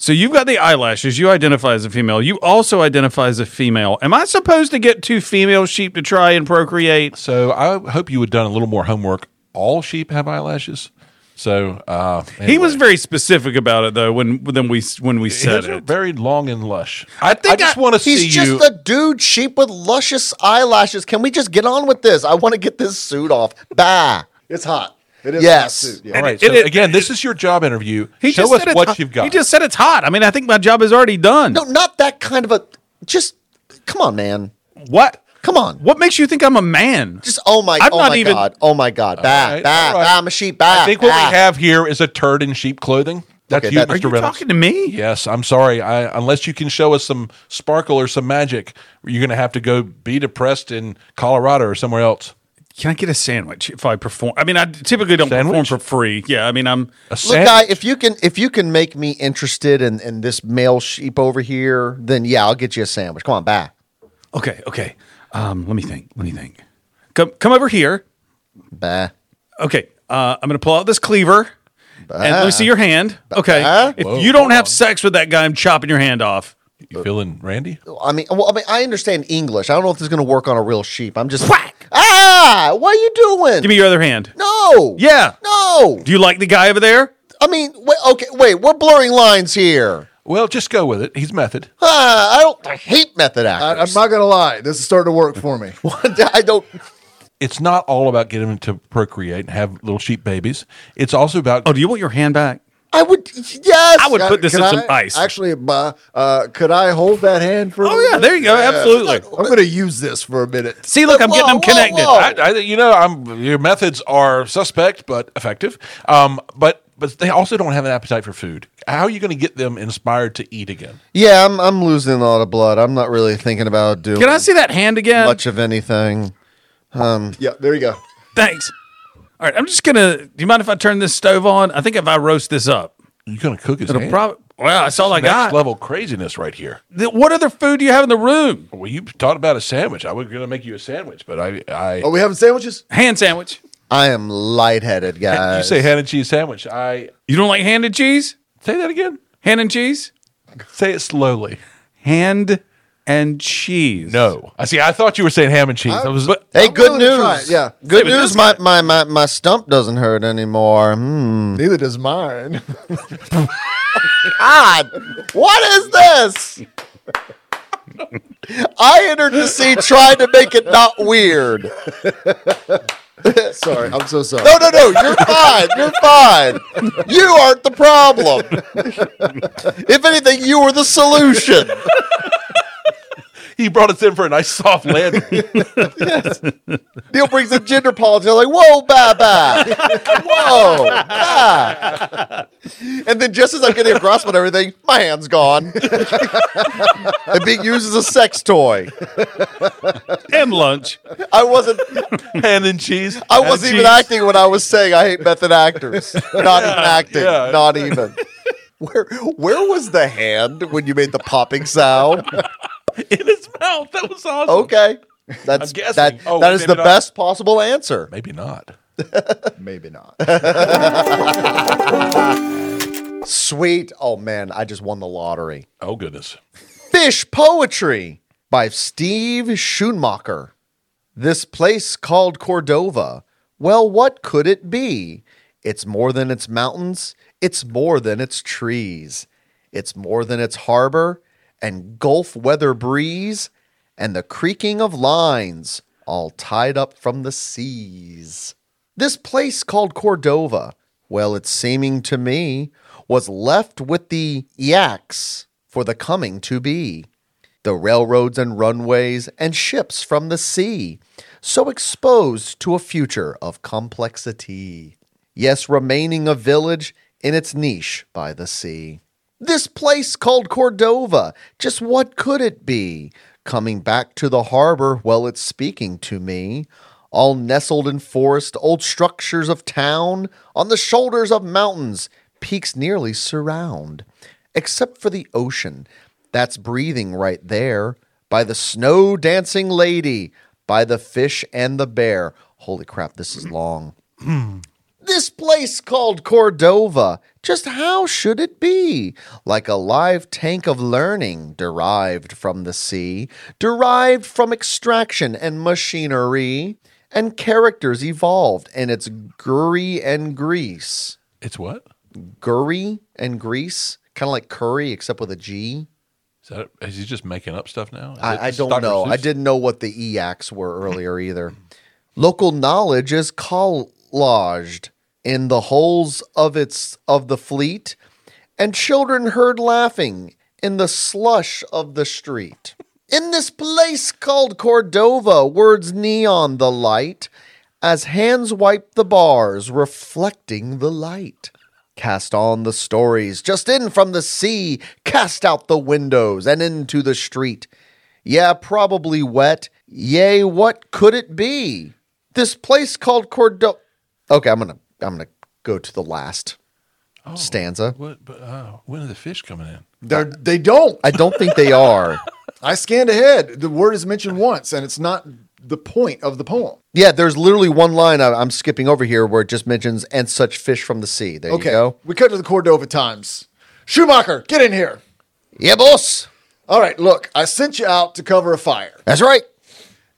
[SPEAKER 2] So you've got the eyelashes. You identify as a female. You also identify as a female. Am I supposed to get two female sheep to try and procreate?
[SPEAKER 3] So I hope you had done a little more homework. All sheep have eyelashes. So uh,
[SPEAKER 2] He was
[SPEAKER 3] anyway.
[SPEAKER 2] very specific about it though. When then we when we said
[SPEAKER 3] His are
[SPEAKER 2] it.
[SPEAKER 3] very long and lush. I,
[SPEAKER 2] think
[SPEAKER 3] I just
[SPEAKER 2] I-
[SPEAKER 3] want to see
[SPEAKER 1] He's just
[SPEAKER 3] you.
[SPEAKER 1] a dude sheep with luscious eyelashes. Can we just get on with this? I want to get this suit off. Bah.
[SPEAKER 4] It's hot. It is.
[SPEAKER 1] Yes.
[SPEAKER 4] Hot suit.
[SPEAKER 3] All
[SPEAKER 4] Yeah.
[SPEAKER 3] right.
[SPEAKER 2] and
[SPEAKER 3] so
[SPEAKER 2] it-
[SPEAKER 3] again, this is your job interview.
[SPEAKER 2] He
[SPEAKER 3] Show
[SPEAKER 2] just
[SPEAKER 3] us
[SPEAKER 2] said it's
[SPEAKER 3] what
[SPEAKER 2] hot.
[SPEAKER 3] you've got.
[SPEAKER 2] He just said it's hot. I mean, I think my job is already done.
[SPEAKER 1] No, not that kind of a. Just come on, man.
[SPEAKER 2] What?
[SPEAKER 1] Come on.
[SPEAKER 2] What makes you think I'm a man?
[SPEAKER 1] Just oh my.
[SPEAKER 2] I'm
[SPEAKER 1] oh
[SPEAKER 2] not
[SPEAKER 1] my
[SPEAKER 2] even-
[SPEAKER 1] god. Oh my god. Bah.
[SPEAKER 3] right,
[SPEAKER 1] bah.
[SPEAKER 3] all right.
[SPEAKER 1] Bah. I'm a sheep. Bah.
[SPEAKER 3] I think what
[SPEAKER 1] bah.
[SPEAKER 3] we have here is a turd in sheep clothing. That's
[SPEAKER 1] Okay,
[SPEAKER 3] you,
[SPEAKER 1] that-
[SPEAKER 2] Ah. Are
[SPEAKER 3] Mr.
[SPEAKER 2] you
[SPEAKER 3] Reynolds.
[SPEAKER 2] talking to me?
[SPEAKER 3] Yes, I'm sorry. I, unless you can show us some sparkle or some magic, you're going to have to go be depressed in Colorado or somewhere else.
[SPEAKER 2] Can I get a sandwich if I perform? I mean, I typically don't perform
[SPEAKER 3] Sandwich?
[SPEAKER 2] for free. Yeah, I mean, I'm.
[SPEAKER 3] A
[SPEAKER 1] Look,
[SPEAKER 3] sand-
[SPEAKER 1] guy, if you can if you can make me interested in, in this male sheep over here, then yeah, I'll get you a sandwich. Come on, bye.
[SPEAKER 2] Okay, okay. Um, let me think. Let me think. Come, come over here.
[SPEAKER 1] Bye.
[SPEAKER 2] Okay, uh, I'm gonna pull out this cleaver, and let me see your hand. Okay,
[SPEAKER 1] Bah.
[SPEAKER 2] if
[SPEAKER 3] Whoa,
[SPEAKER 2] you don't have sex with that guy, I'm chopping your hand off.
[SPEAKER 3] you feeling Randy?
[SPEAKER 2] uh,
[SPEAKER 1] I mean, well, I mean, I understand English. I don't know if this is going to work on a real sheep. I'm just
[SPEAKER 2] Whack!
[SPEAKER 1] Ah, what are you doing?
[SPEAKER 2] Give me your other hand.
[SPEAKER 1] no.
[SPEAKER 2] Yeah.
[SPEAKER 1] No.
[SPEAKER 2] Do you like the guy over there?
[SPEAKER 1] I mean, wait, okay, wait. We're blurring lines here.
[SPEAKER 3] Well, just go with it. He's method.
[SPEAKER 1] Ah, I don't. I hate method
[SPEAKER 4] I, I'm
[SPEAKER 1] actors.
[SPEAKER 4] not gonna lie. This is starting to work for me.
[SPEAKER 1] I don't.
[SPEAKER 3] It's not all about getting him to procreate and have little sheep babies. It's also about
[SPEAKER 2] Oh, do you want your hand back?
[SPEAKER 1] I would. Yes.
[SPEAKER 2] I would
[SPEAKER 4] Uh,
[SPEAKER 2] put this
[SPEAKER 4] could
[SPEAKER 2] in some
[SPEAKER 4] I-
[SPEAKER 2] ice.
[SPEAKER 4] Actually, uh, uh, could I hold that hand for? a
[SPEAKER 2] oh
[SPEAKER 4] little
[SPEAKER 2] yeah,
[SPEAKER 4] bit?
[SPEAKER 2] there you go. Absolutely.
[SPEAKER 4] I'm gonna use this for a minute.
[SPEAKER 2] See, look, I'm getting them
[SPEAKER 1] Whoa, whoa,
[SPEAKER 2] connected.
[SPEAKER 1] whoa.
[SPEAKER 3] I, I, you know, I'm, your methods are suspect but effective. Um, but but they also don't have an appetite for food. How are you going to get them inspired to eat again?
[SPEAKER 1] Yeah, I'm. I'm losing a lot of blood. I'm not really thinking about doing
[SPEAKER 2] Can I see that hand again?
[SPEAKER 1] much of anything.
[SPEAKER 4] Yeah, there you go.
[SPEAKER 2] Thanks. All right, I'm just gonna. Do you mind if I turn this stove on? I think if I roast this up,
[SPEAKER 3] You're going to cook his
[SPEAKER 2] it'll
[SPEAKER 3] hand.
[SPEAKER 2] probably. Well, that's all I
[SPEAKER 3] Next
[SPEAKER 2] got.
[SPEAKER 3] level craziness right here.
[SPEAKER 2] Th- What other food do you have in the room?
[SPEAKER 3] Well, you talked about a sandwich. I was going to make you a sandwich, but I, I
[SPEAKER 4] Are Oh, we having sandwiches?
[SPEAKER 2] Hand sandwich.
[SPEAKER 1] I am lightheaded, guys.
[SPEAKER 3] you say ham and cheese sandwich. I
[SPEAKER 2] You don't like hand and cheese?
[SPEAKER 3] say that again.
[SPEAKER 2] Hand and cheese?
[SPEAKER 3] Say it slowly.
[SPEAKER 2] Hand and cheese.
[SPEAKER 3] No, I see. I thought you were saying ham and cheese. I, was, but
[SPEAKER 1] Hey,
[SPEAKER 4] I'm
[SPEAKER 1] good
[SPEAKER 4] willing to try
[SPEAKER 1] news.
[SPEAKER 4] it, yeah.
[SPEAKER 1] Good
[SPEAKER 2] but this
[SPEAKER 1] news. My, my, my, my stump doesn't hurt anymore. Hmm.
[SPEAKER 4] Neither does mine.
[SPEAKER 1] God, what is this? I entered the sea trying to make it not weird.
[SPEAKER 4] sorry, I'm so sorry.
[SPEAKER 1] No, no, no. You're fine. You're fine. You aren't the problem. If anything, you were the solution.
[SPEAKER 3] he brought us in for a nice soft landing.
[SPEAKER 1] Neil brings in gender politics. I'm like, whoa, bye bye. Whoa, bye. And then just as I'm getting across with everything, my hand's gone. and being used as a sex toy.
[SPEAKER 2] And lunch.
[SPEAKER 1] I wasn't
[SPEAKER 3] ham and cheese.
[SPEAKER 1] I
[SPEAKER 3] ham and
[SPEAKER 1] wasn't even
[SPEAKER 3] cheese.
[SPEAKER 1] acting when I was saying I hate method actors. Not even acting.
[SPEAKER 3] yeah.
[SPEAKER 1] Not even. Where where was the hand when you made the popping sound?
[SPEAKER 3] in his mouth. That was awesome.
[SPEAKER 1] Okay. That's
[SPEAKER 3] I'm guessing.
[SPEAKER 1] that,
[SPEAKER 3] Oh,
[SPEAKER 1] that is
[SPEAKER 3] maybe
[SPEAKER 1] the
[SPEAKER 3] not.
[SPEAKER 1] best possible answer.
[SPEAKER 3] Maybe not.
[SPEAKER 4] Maybe not.
[SPEAKER 1] Sweet. Oh man, I just won the lottery.
[SPEAKER 3] Oh goodness.
[SPEAKER 1] Fish Poetry by Steve Schoonmaker. This place called Cordova. Well, what could it be? It's more than its mountains, it's more than its trees, it's more than its harbor and gulf weather breeze and the creaking of lines all tied up from the seas. This place called Cordova, well, it's seeming to me, was left with the yaks for the coming to be, the railroads and runways and ships from the sea, so exposed to a future of complexity. Yes, remaining a village in its niche by the sea. This place called Cordova, just what could it be? Coming back to the harbor, well, it's speaking to me. All nestled in forest, old structures of town, on the shoulders of mountains, peaks nearly surround. Except for the ocean, that's breathing right there, by the snow dancing lady, by the fish and the bear. Holy crap, this is long. This place called Cordova, just how should it be? Like a live tank of learning derived from the sea, derived from extraction and machinery, and characters evolved in its gurry and grease.
[SPEAKER 3] It's what?
[SPEAKER 1] Gurry and grease? Kind of like curry, except with a G.
[SPEAKER 3] Is that? Is he just making up stuff now? Is it
[SPEAKER 1] I, I
[SPEAKER 3] just
[SPEAKER 1] don't
[SPEAKER 3] Dr.
[SPEAKER 1] know. I
[SPEAKER 3] Seuss?
[SPEAKER 1] didn't know what the EACs were earlier either. Local knowledge is collaged in the holes of its of the fleet, and children heard laughing in the slush of the street. In this place called Cordova, words neon the light, as hands wipe the bars, reflecting the light. Cast on the stories, just in from the sea, cast out the windows and into the street. Yeah, probably wet. Yea, what could it be? This place called Cordo. Okay, I'm gonna I'm gonna go to the last stanza.
[SPEAKER 3] What? But uh, when are the fish coming in?
[SPEAKER 4] They're, they don't.
[SPEAKER 1] I don't think they are.
[SPEAKER 4] I scanned ahead. The word is mentioned once, and it's not the point of the poem.
[SPEAKER 1] Yeah, there's literally one line I, I'm skipping over here where it just mentions and such fish from the sea. There
[SPEAKER 4] Okay.
[SPEAKER 1] you go.
[SPEAKER 4] We cut to the Cordova Times. Schumacher, get in here.
[SPEAKER 1] Yeah, boss.
[SPEAKER 4] All right, look, I sent you out to cover a fire,
[SPEAKER 1] That's right.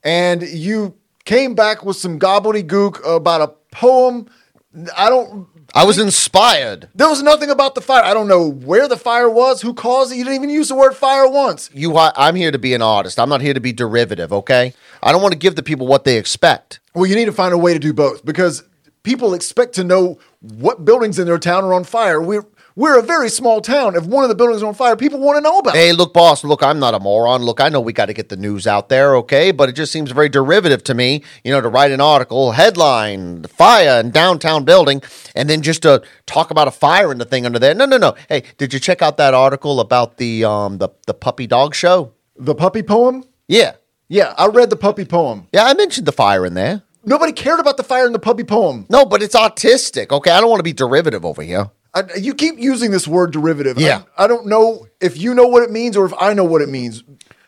[SPEAKER 4] and you came back with some gobbledygook about a poem. I don't.
[SPEAKER 1] I was inspired.
[SPEAKER 4] There was nothing about the fire. I don't know where the fire was, who caused it. You didn't even use the word fire once.
[SPEAKER 1] You, I- I'm here to be an artist. I'm not here to be derivative. Okay. I don't want to give the people what they expect.
[SPEAKER 4] Well, you need to find a way to do both because people expect to know what buildings in their town are on fire. We're we're a very small town. If one of the buildings is on fire, people want to know about it.
[SPEAKER 1] Hey, look, boss, look, I'm not a moron. Look, I know we got to get the news out there, okay? But it just seems very derivative to me, you know, to write an article, headline, fire in downtown building, and then just to talk about a fire in the thing under there. No, no, no. Hey, did you check out that article about the um the, the puppy dog show?
[SPEAKER 4] The puppy poem?
[SPEAKER 1] Yeah.
[SPEAKER 4] Yeah, I read the puppy poem.
[SPEAKER 1] Yeah, I mentioned the fire in there.
[SPEAKER 4] Nobody cared about the fire in the puppy poem.
[SPEAKER 1] No, but it's autistic, okay? I don't want to be derivative over here.
[SPEAKER 4] I, you keep using this word derivative. I-
[SPEAKER 1] Yeah.
[SPEAKER 4] I, don't know if you know what it means or if I know what it means.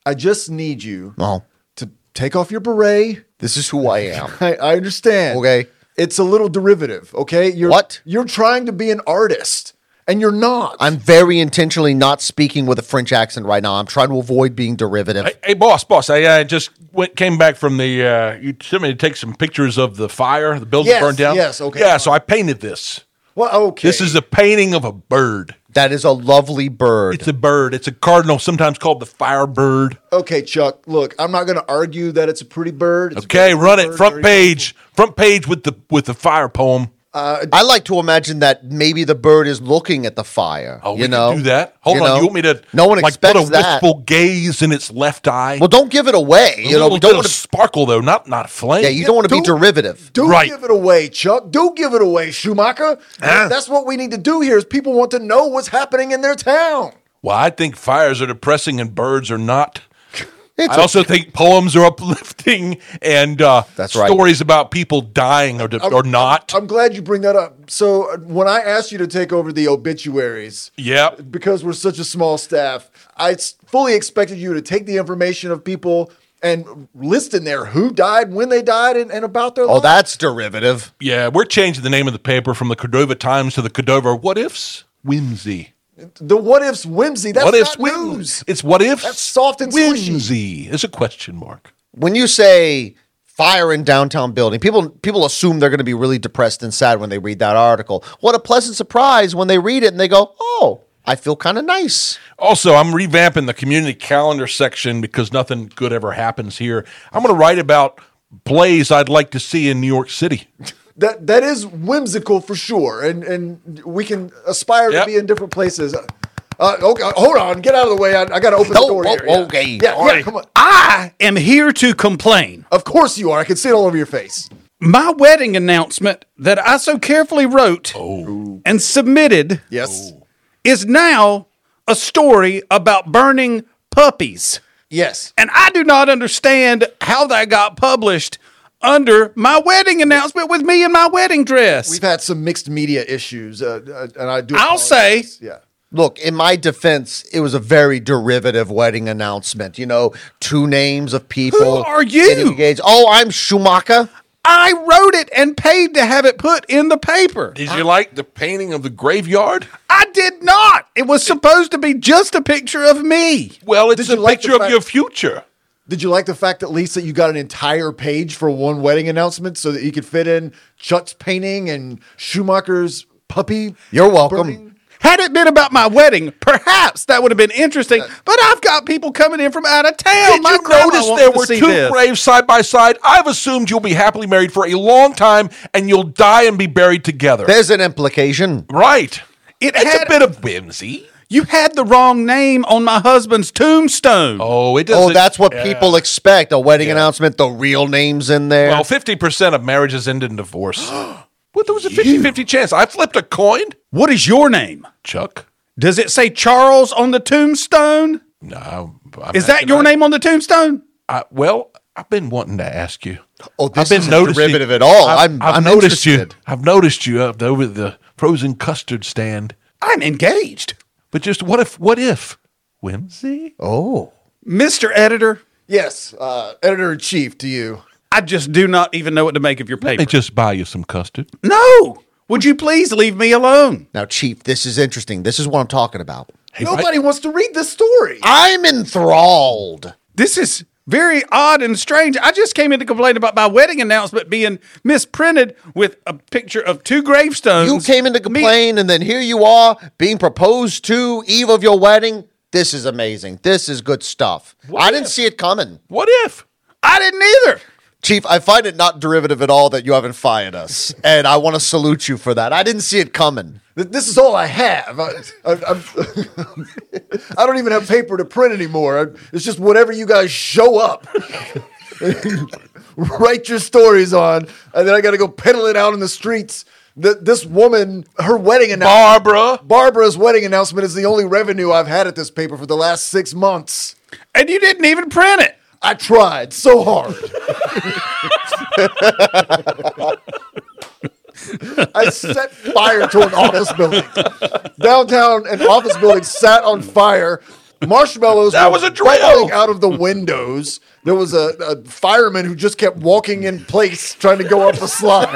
[SPEAKER 4] I just need you
[SPEAKER 1] No.
[SPEAKER 4] to take off your beret.
[SPEAKER 1] This is who I am.
[SPEAKER 4] I, I understand.
[SPEAKER 1] Okay.
[SPEAKER 4] It's a little derivative, okay? You're,
[SPEAKER 1] What?
[SPEAKER 4] You're trying to be an artist, and you're not.
[SPEAKER 1] I'm very intentionally not speaking with a French accent right now. I'm trying to avoid being derivative.
[SPEAKER 3] Hey, hey, boss, boss. I uh, just went, came back from the. Uh, you sent me to take some pictures of the fire, the building
[SPEAKER 4] Yes,
[SPEAKER 3] burned down.
[SPEAKER 4] yes, okay,
[SPEAKER 3] Yeah,
[SPEAKER 4] fine.
[SPEAKER 3] so I painted this.
[SPEAKER 4] Well, okay.
[SPEAKER 3] This is a painting of a bird.
[SPEAKER 1] That is a lovely bird.
[SPEAKER 3] It's a bird. It's a cardinal, sometimes called the firebird.
[SPEAKER 4] okay, Chuck. Look, I'm not going to argue that it's a pretty bird. It's a
[SPEAKER 3] Okay,
[SPEAKER 4] beautiful
[SPEAKER 3] run it
[SPEAKER 4] bird,
[SPEAKER 3] front
[SPEAKER 4] very
[SPEAKER 3] page, front page with the with the fire poem.
[SPEAKER 1] I like to imagine that maybe the bird is looking at the fire.
[SPEAKER 3] Oh,
[SPEAKER 1] you
[SPEAKER 3] we
[SPEAKER 1] know,
[SPEAKER 3] can do that. Hold on,
[SPEAKER 1] know?
[SPEAKER 3] you want me to?
[SPEAKER 1] No one
[SPEAKER 3] like
[SPEAKER 1] expects
[SPEAKER 3] put a
[SPEAKER 1] that.
[SPEAKER 3] wistful gaze in its left eye.
[SPEAKER 1] Well, don't give it away.
[SPEAKER 3] a
[SPEAKER 1] You know,
[SPEAKER 3] little
[SPEAKER 1] we
[SPEAKER 3] bit
[SPEAKER 1] don't
[SPEAKER 3] of
[SPEAKER 1] want to.
[SPEAKER 3] sparkle though, not not flame.
[SPEAKER 1] Yeah, you don't want to be
[SPEAKER 4] don't-
[SPEAKER 1] derivative.
[SPEAKER 4] beautiful. Do
[SPEAKER 3] Right.
[SPEAKER 4] give it away, Chuck. Do give it away, Schumacher.
[SPEAKER 3] Huh?
[SPEAKER 4] That's what we need to do here is people want to know what's happening in their town.
[SPEAKER 3] Well, I think fires are depressing and birds are not.
[SPEAKER 1] It's
[SPEAKER 3] I
[SPEAKER 1] a-
[SPEAKER 3] also think poems are uplifting and uh,
[SPEAKER 1] That's right. Um,
[SPEAKER 3] stories about people dying or, de- or not.
[SPEAKER 4] I'm glad you bring that up. So uh, when I asked you to take over the obituaries,
[SPEAKER 3] Yep.
[SPEAKER 4] because we're such a small staff, I s- fully expected you to take the information of people and list in there who died, when they died, and, and about their
[SPEAKER 1] Oh,
[SPEAKER 4] life.
[SPEAKER 1] that's derivative.
[SPEAKER 3] Yeah, we're changing the name of the paper from the Cordova Times to the Cordova What Ifs Whimsy.
[SPEAKER 4] the what ifs whimsy. That's
[SPEAKER 3] what ifs
[SPEAKER 4] not news.
[SPEAKER 3] It's what ifs.
[SPEAKER 4] That's soft and squishy.
[SPEAKER 3] whimsy. It's a question mark.
[SPEAKER 1] When you say fire in downtown building, people people assume they're going to be really depressed and sad when they read that article. What a pleasant surprise when they read it and they go, "Oh, I feel kind of nice."
[SPEAKER 3] Also, I'm revamping the community calendar section because nothing good ever happens here. I'm going to write about plays I'd like to see in New York City.
[SPEAKER 4] That that is whimsical for sure, and and we can aspire
[SPEAKER 3] Yep.
[SPEAKER 4] to be in different places. Uh, uh, okay, hold on, get out of the way. I, I got to open
[SPEAKER 1] No,
[SPEAKER 4] the door
[SPEAKER 1] whoa,
[SPEAKER 4] here. Yeah.
[SPEAKER 1] Oh, okay,
[SPEAKER 4] yeah, yeah,
[SPEAKER 1] alright.
[SPEAKER 4] come on.
[SPEAKER 2] I am here to complain.
[SPEAKER 4] Of course you are. I can see it all over your face.
[SPEAKER 2] My wedding announcement that I so carefully wrote
[SPEAKER 3] Oh.
[SPEAKER 2] and submitted
[SPEAKER 4] Yes,
[SPEAKER 2] is now a story about burning puppies.
[SPEAKER 4] yes.
[SPEAKER 2] And I do not understand how that got published under my wedding announcement with me in my wedding dress.
[SPEAKER 4] We've had some mixed media issues, uh, uh, and I do.
[SPEAKER 2] I'll say-
[SPEAKER 4] apologize. yeah.
[SPEAKER 1] Look, in my defense, it was a very derivative wedding announcement. You know, two names of people.
[SPEAKER 2] are you?
[SPEAKER 1] getting engaged. Oh, I'm Schumacher.
[SPEAKER 2] I wrote it and paid to have it put in the paper.
[SPEAKER 3] Did you like the painting of the graveyard?
[SPEAKER 2] I did not. It was supposed to be just a picture of me.
[SPEAKER 3] Well, it's
[SPEAKER 4] Did
[SPEAKER 3] a
[SPEAKER 4] you like the
[SPEAKER 3] picture of
[SPEAKER 4] fact-
[SPEAKER 3] your future.
[SPEAKER 4] Did you like the fact at least that you got an entire page for one wedding announcement so that you could fit in Chuck's painting and Schumacher's puppy?
[SPEAKER 1] You're welcome.
[SPEAKER 4] burning?
[SPEAKER 2] Had it been about my wedding, perhaps that would have been interesting. But I've got people coming in from out of town.
[SPEAKER 3] Uh, Did
[SPEAKER 2] My
[SPEAKER 3] you
[SPEAKER 2] grandma
[SPEAKER 3] notice
[SPEAKER 2] wants
[SPEAKER 3] there
[SPEAKER 2] to
[SPEAKER 3] were
[SPEAKER 2] see
[SPEAKER 3] two
[SPEAKER 2] this.
[SPEAKER 3] graves side by side? I've assumed you'll be happily married for a long time and you'll die and be buried together.
[SPEAKER 1] There's an implication.
[SPEAKER 3] right.
[SPEAKER 2] It
[SPEAKER 3] it's
[SPEAKER 2] had-
[SPEAKER 3] a bit of whimsy.
[SPEAKER 2] You had the wrong name on my husband's tombstone.
[SPEAKER 3] Oh, it doesn't.
[SPEAKER 1] Oh, that's what
[SPEAKER 3] Yeah.
[SPEAKER 1] people expect. A wedding announcement, the real names in there.
[SPEAKER 3] Well, 50% of marriages end in divorce. what? There was a 50 50 chance. I flipped a coin.
[SPEAKER 2] What is your name?
[SPEAKER 3] Chuck?
[SPEAKER 2] Does it say Charles on the tombstone?
[SPEAKER 3] No. I'm- I'm
[SPEAKER 2] Is that
[SPEAKER 3] asking-
[SPEAKER 2] your
[SPEAKER 3] I-
[SPEAKER 2] name on the tombstone?
[SPEAKER 3] I, well, I've been wanting to ask you.
[SPEAKER 1] oh,
[SPEAKER 3] I've been noticing-
[SPEAKER 1] derivative at all.
[SPEAKER 3] I've,
[SPEAKER 1] I'm,
[SPEAKER 3] I've
[SPEAKER 1] I'm
[SPEAKER 3] noticed
[SPEAKER 1] interested.
[SPEAKER 3] you. I've noticed you up over the frozen custard stand.
[SPEAKER 2] I'm engaged.
[SPEAKER 3] But just what if, what if? Whimsy?
[SPEAKER 1] Oh,
[SPEAKER 2] Mr. Editor,
[SPEAKER 4] Yes, uh, editor in chief to you.
[SPEAKER 2] I just do not even know what to make of your paper.
[SPEAKER 3] They just buy you some custard.
[SPEAKER 2] no! Would you please leave me alone?
[SPEAKER 1] now, Chief, this is interesting. This is what I'm talking about.
[SPEAKER 3] Hey, why-
[SPEAKER 4] Nobody wants to read this story.
[SPEAKER 1] I'm enthralled.
[SPEAKER 2] This is very odd and strange. I just came in to complain about my wedding announcement being misprinted with a picture of two gravestones.
[SPEAKER 1] You came in to
[SPEAKER 2] Me-
[SPEAKER 1] complain, and then here you are being proposed to eve of your wedding. This is amazing. This is good stuff. I didn't see it coming.
[SPEAKER 3] what if?
[SPEAKER 2] I didn't either.
[SPEAKER 1] Chief, I find it not derivative at all that you haven't fired us. and I want to salute you for that. I didn't see it coming.
[SPEAKER 4] Th- This is all I have. I, I, I'm, I don't even have paper to print anymore. I- It's just whatever you guys show up. Write your stories on, and then I got to go peddle it out in the streets. Th- This woman, her wedding announcement,
[SPEAKER 3] Barbara.
[SPEAKER 4] Barbara's wedding announcement is the only revenue I've had at this paper for the last six months.
[SPEAKER 2] And you didn't even print it.
[SPEAKER 4] I tried so hard. I set fire to an office building. Downtown, an office building sat on fire. Marshmallows
[SPEAKER 3] That
[SPEAKER 4] were
[SPEAKER 3] was a drill.
[SPEAKER 4] falling out of the windows. There was a, a fireman who just kept walking in place trying to go up a slide.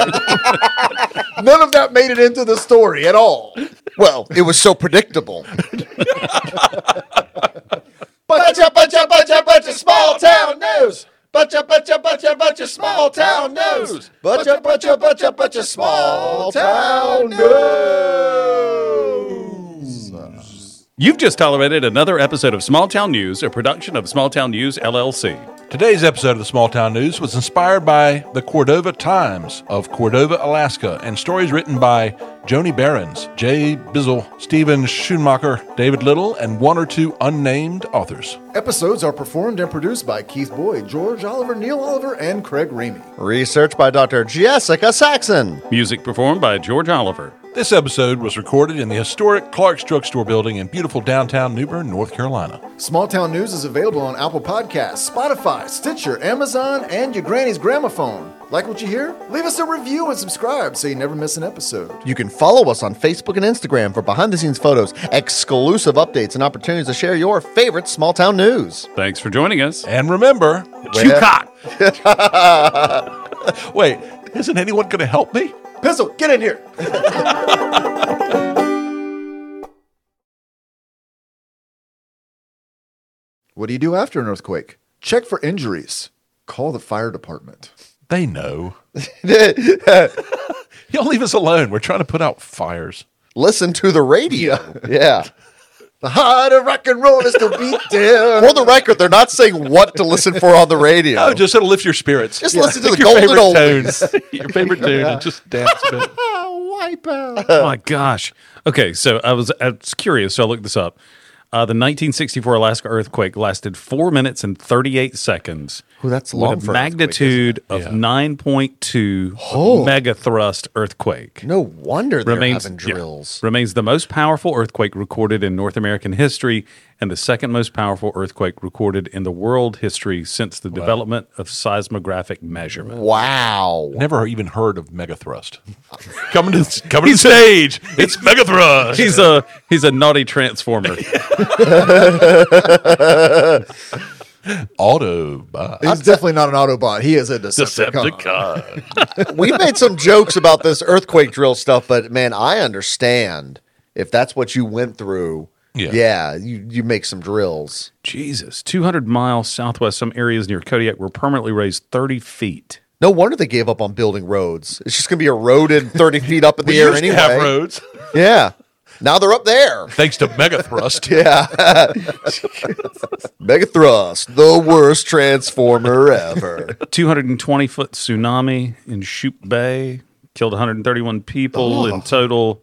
[SPEAKER 4] None of that made it into the story at all.
[SPEAKER 1] Well, it was so predictable.
[SPEAKER 4] Bunch of, bunch of, bunch of, bunch of small town news. Bunch of, bunch of, bunch of, bunch of small town news. Bunch of, bunch of, bunch of, bunch of small town news.
[SPEAKER 2] You've just tolerated another episode of Small Town News, a production of Small Town News LLC.
[SPEAKER 3] Today's episode of the Small Town News was inspired by the Cordova Times of Cordova, Alaska, and stories written by Joni Behrens, Jay Bizzle, Stephen Schoonmaker, David Little, and one or two unnamed authors.
[SPEAKER 4] Episodes are performed and produced by Keith Boyd, George Oliver, Neil Oliver, and Craig Ramey.
[SPEAKER 1] Research by Dr. Jessica Saxon.
[SPEAKER 2] Music performed by George Oliver.
[SPEAKER 3] This episode was recorded in the historic Clark's Drugstore building in beautiful downtown New Bern, North Carolina.
[SPEAKER 4] Small Town News is available on Apple Podcasts, Spotify, Stitcher, Amazon, and your granny's gramophone. Like what you hear? Leave us a review and subscribe so you never miss an episode.
[SPEAKER 1] You can follow us on Facebook and Instagram for behind the scenes photos, exclusive updates, and opportunities to share your favorite small town news.
[SPEAKER 2] Thanks for joining us.
[SPEAKER 3] And remember,
[SPEAKER 2] Chewcock.
[SPEAKER 3] wait, isn't anyone going to help me?
[SPEAKER 4] Pistol, get in here! what do you do after an earthquake? Check for injuries. Call the fire department.
[SPEAKER 3] They know. Y'all leave us alone. We're trying to put out fires.
[SPEAKER 1] Listen to the radio. Yeah.
[SPEAKER 4] The heart of rock and roll is to beat down.
[SPEAKER 1] For the record, they're not saying what to listen for on the radio.
[SPEAKER 3] Oh, just it'll lift your spirits.
[SPEAKER 1] Just listen to
[SPEAKER 3] Pick
[SPEAKER 1] the
[SPEAKER 3] your
[SPEAKER 1] golden
[SPEAKER 3] favorite
[SPEAKER 1] oldies.
[SPEAKER 3] tune. your favorite tune and just dance a bit.
[SPEAKER 2] Oh my gosh. Okay, so I was, I was curious, so I looked this up. Uh, the 1964 Alaska earthquake lasted four minutes and 38 seconds.
[SPEAKER 1] Oh, that's long
[SPEAKER 2] with
[SPEAKER 1] for
[SPEAKER 2] a
[SPEAKER 1] an earthquake,
[SPEAKER 2] magnitude of 9.2 megathrust earthquake.
[SPEAKER 1] No wonder they're
[SPEAKER 2] Remains,
[SPEAKER 1] having
[SPEAKER 2] yeah.
[SPEAKER 1] drills.
[SPEAKER 2] remains the most powerful earthquake recorded in North American history and the second most powerful earthquake recorded in the world history since the development of seismographic measurement.
[SPEAKER 1] Wow.
[SPEAKER 3] Never even heard of Megathrust. coming to coming to stage. It's Megathrust.
[SPEAKER 2] He's a he's a naughty transformer.
[SPEAKER 3] Autobot.
[SPEAKER 4] He's definitely not an Autobot. He is a Decepticon.
[SPEAKER 3] Decepticon.
[SPEAKER 1] we made some jokes about this earthquake drill stuff, but man, I understand if that's what you went through.
[SPEAKER 3] Yeah.
[SPEAKER 1] you, you make some drills.
[SPEAKER 2] Jesus, 200 miles southwest, some areas near Kodiak were permanently raised 30 feet.
[SPEAKER 1] No wonder they gave up on building roads. It's just going to be eroded 30 feet up in the
[SPEAKER 3] We
[SPEAKER 1] air
[SPEAKER 3] used to have
[SPEAKER 1] anyway.
[SPEAKER 3] roads.
[SPEAKER 1] Yeah. Now they're up there.
[SPEAKER 3] Thanks to Megathrust.
[SPEAKER 1] Yeah. Megathrust, the worst transformer ever.
[SPEAKER 2] 220 foot tsunami in Shoop Bay killed 131 people
[SPEAKER 3] Oh.
[SPEAKER 2] in total,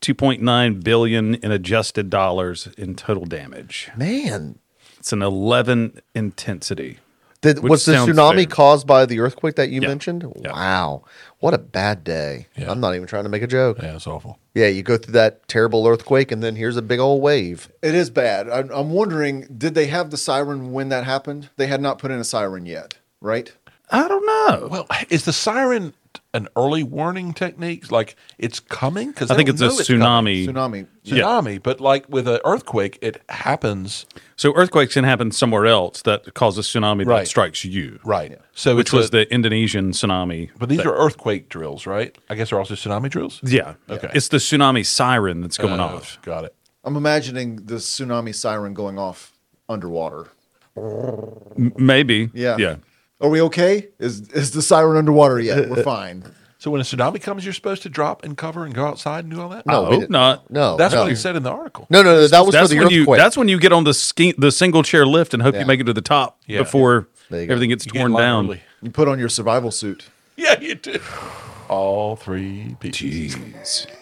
[SPEAKER 2] 2.9 billion in adjusted dollars in total damage.
[SPEAKER 1] Man.
[SPEAKER 2] It's an 11 intensity.
[SPEAKER 1] Did,
[SPEAKER 2] Which
[SPEAKER 1] was the
[SPEAKER 2] sounds
[SPEAKER 1] tsunami
[SPEAKER 2] fair.
[SPEAKER 1] caused by the earthquake that you
[SPEAKER 2] Yeah.
[SPEAKER 1] mentioned?
[SPEAKER 2] Yeah.
[SPEAKER 1] Wow. What a bad day.
[SPEAKER 3] Yeah.
[SPEAKER 1] I'm not even trying to make a joke.
[SPEAKER 3] Yeah, it's awful.
[SPEAKER 1] Yeah, you go through that terrible earthquake, and then here's a big old wave.
[SPEAKER 4] It is bad. I'm, I'm wondering, did they have the siren when that happened? They had not put in a siren yet, right?
[SPEAKER 2] I don't know.
[SPEAKER 3] Well, is the siren an early warning technique? Like it's coming? Because
[SPEAKER 2] I think it's a tsunami.
[SPEAKER 4] Tsunami.
[SPEAKER 2] Yeah.
[SPEAKER 3] Tsunami, but like with an earthquake, it happens.
[SPEAKER 2] So earthquakes can happen somewhere else that causes tsunami
[SPEAKER 3] Right.
[SPEAKER 2] that strikes you.
[SPEAKER 3] Right. So
[SPEAKER 2] Which
[SPEAKER 3] it's
[SPEAKER 2] was
[SPEAKER 3] a-
[SPEAKER 2] the Indonesian tsunami.
[SPEAKER 3] But these
[SPEAKER 2] that-
[SPEAKER 3] are earthquake drills, right? I guess they're also tsunami drills.
[SPEAKER 2] yeah.
[SPEAKER 3] Okay.
[SPEAKER 2] It's the tsunami siren that's going
[SPEAKER 3] Uh,
[SPEAKER 2] off.
[SPEAKER 3] Got it.
[SPEAKER 4] I'm imagining the tsunami siren going off underwater.
[SPEAKER 2] Maybe.
[SPEAKER 4] Yeah.
[SPEAKER 2] Yeah.
[SPEAKER 4] Are we okay? Is is the siren underwater yet? We're fine.
[SPEAKER 3] So when a tsunami comes, you're supposed to drop and cover and go outside and do all that. Uh,
[SPEAKER 1] No,
[SPEAKER 2] I
[SPEAKER 1] we
[SPEAKER 2] hope
[SPEAKER 1] didn't.
[SPEAKER 2] not.
[SPEAKER 1] No,
[SPEAKER 3] that's
[SPEAKER 1] no.
[SPEAKER 3] what he said in the article.
[SPEAKER 1] No, no, no, that was for
[SPEAKER 2] That's
[SPEAKER 1] the
[SPEAKER 2] when
[SPEAKER 1] earthquake.
[SPEAKER 2] you. That's when you get on the ski, the single chair lift and hope
[SPEAKER 1] Yeah.
[SPEAKER 2] you make it to the top
[SPEAKER 3] Yeah.
[SPEAKER 2] before
[SPEAKER 1] There you go.
[SPEAKER 2] everything gets
[SPEAKER 3] You get
[SPEAKER 2] torn
[SPEAKER 3] in line
[SPEAKER 2] down.
[SPEAKER 3] early.
[SPEAKER 4] You put on your survival suit.
[SPEAKER 3] Yeah, you do. All three pieces.
[SPEAKER 2] Jeez.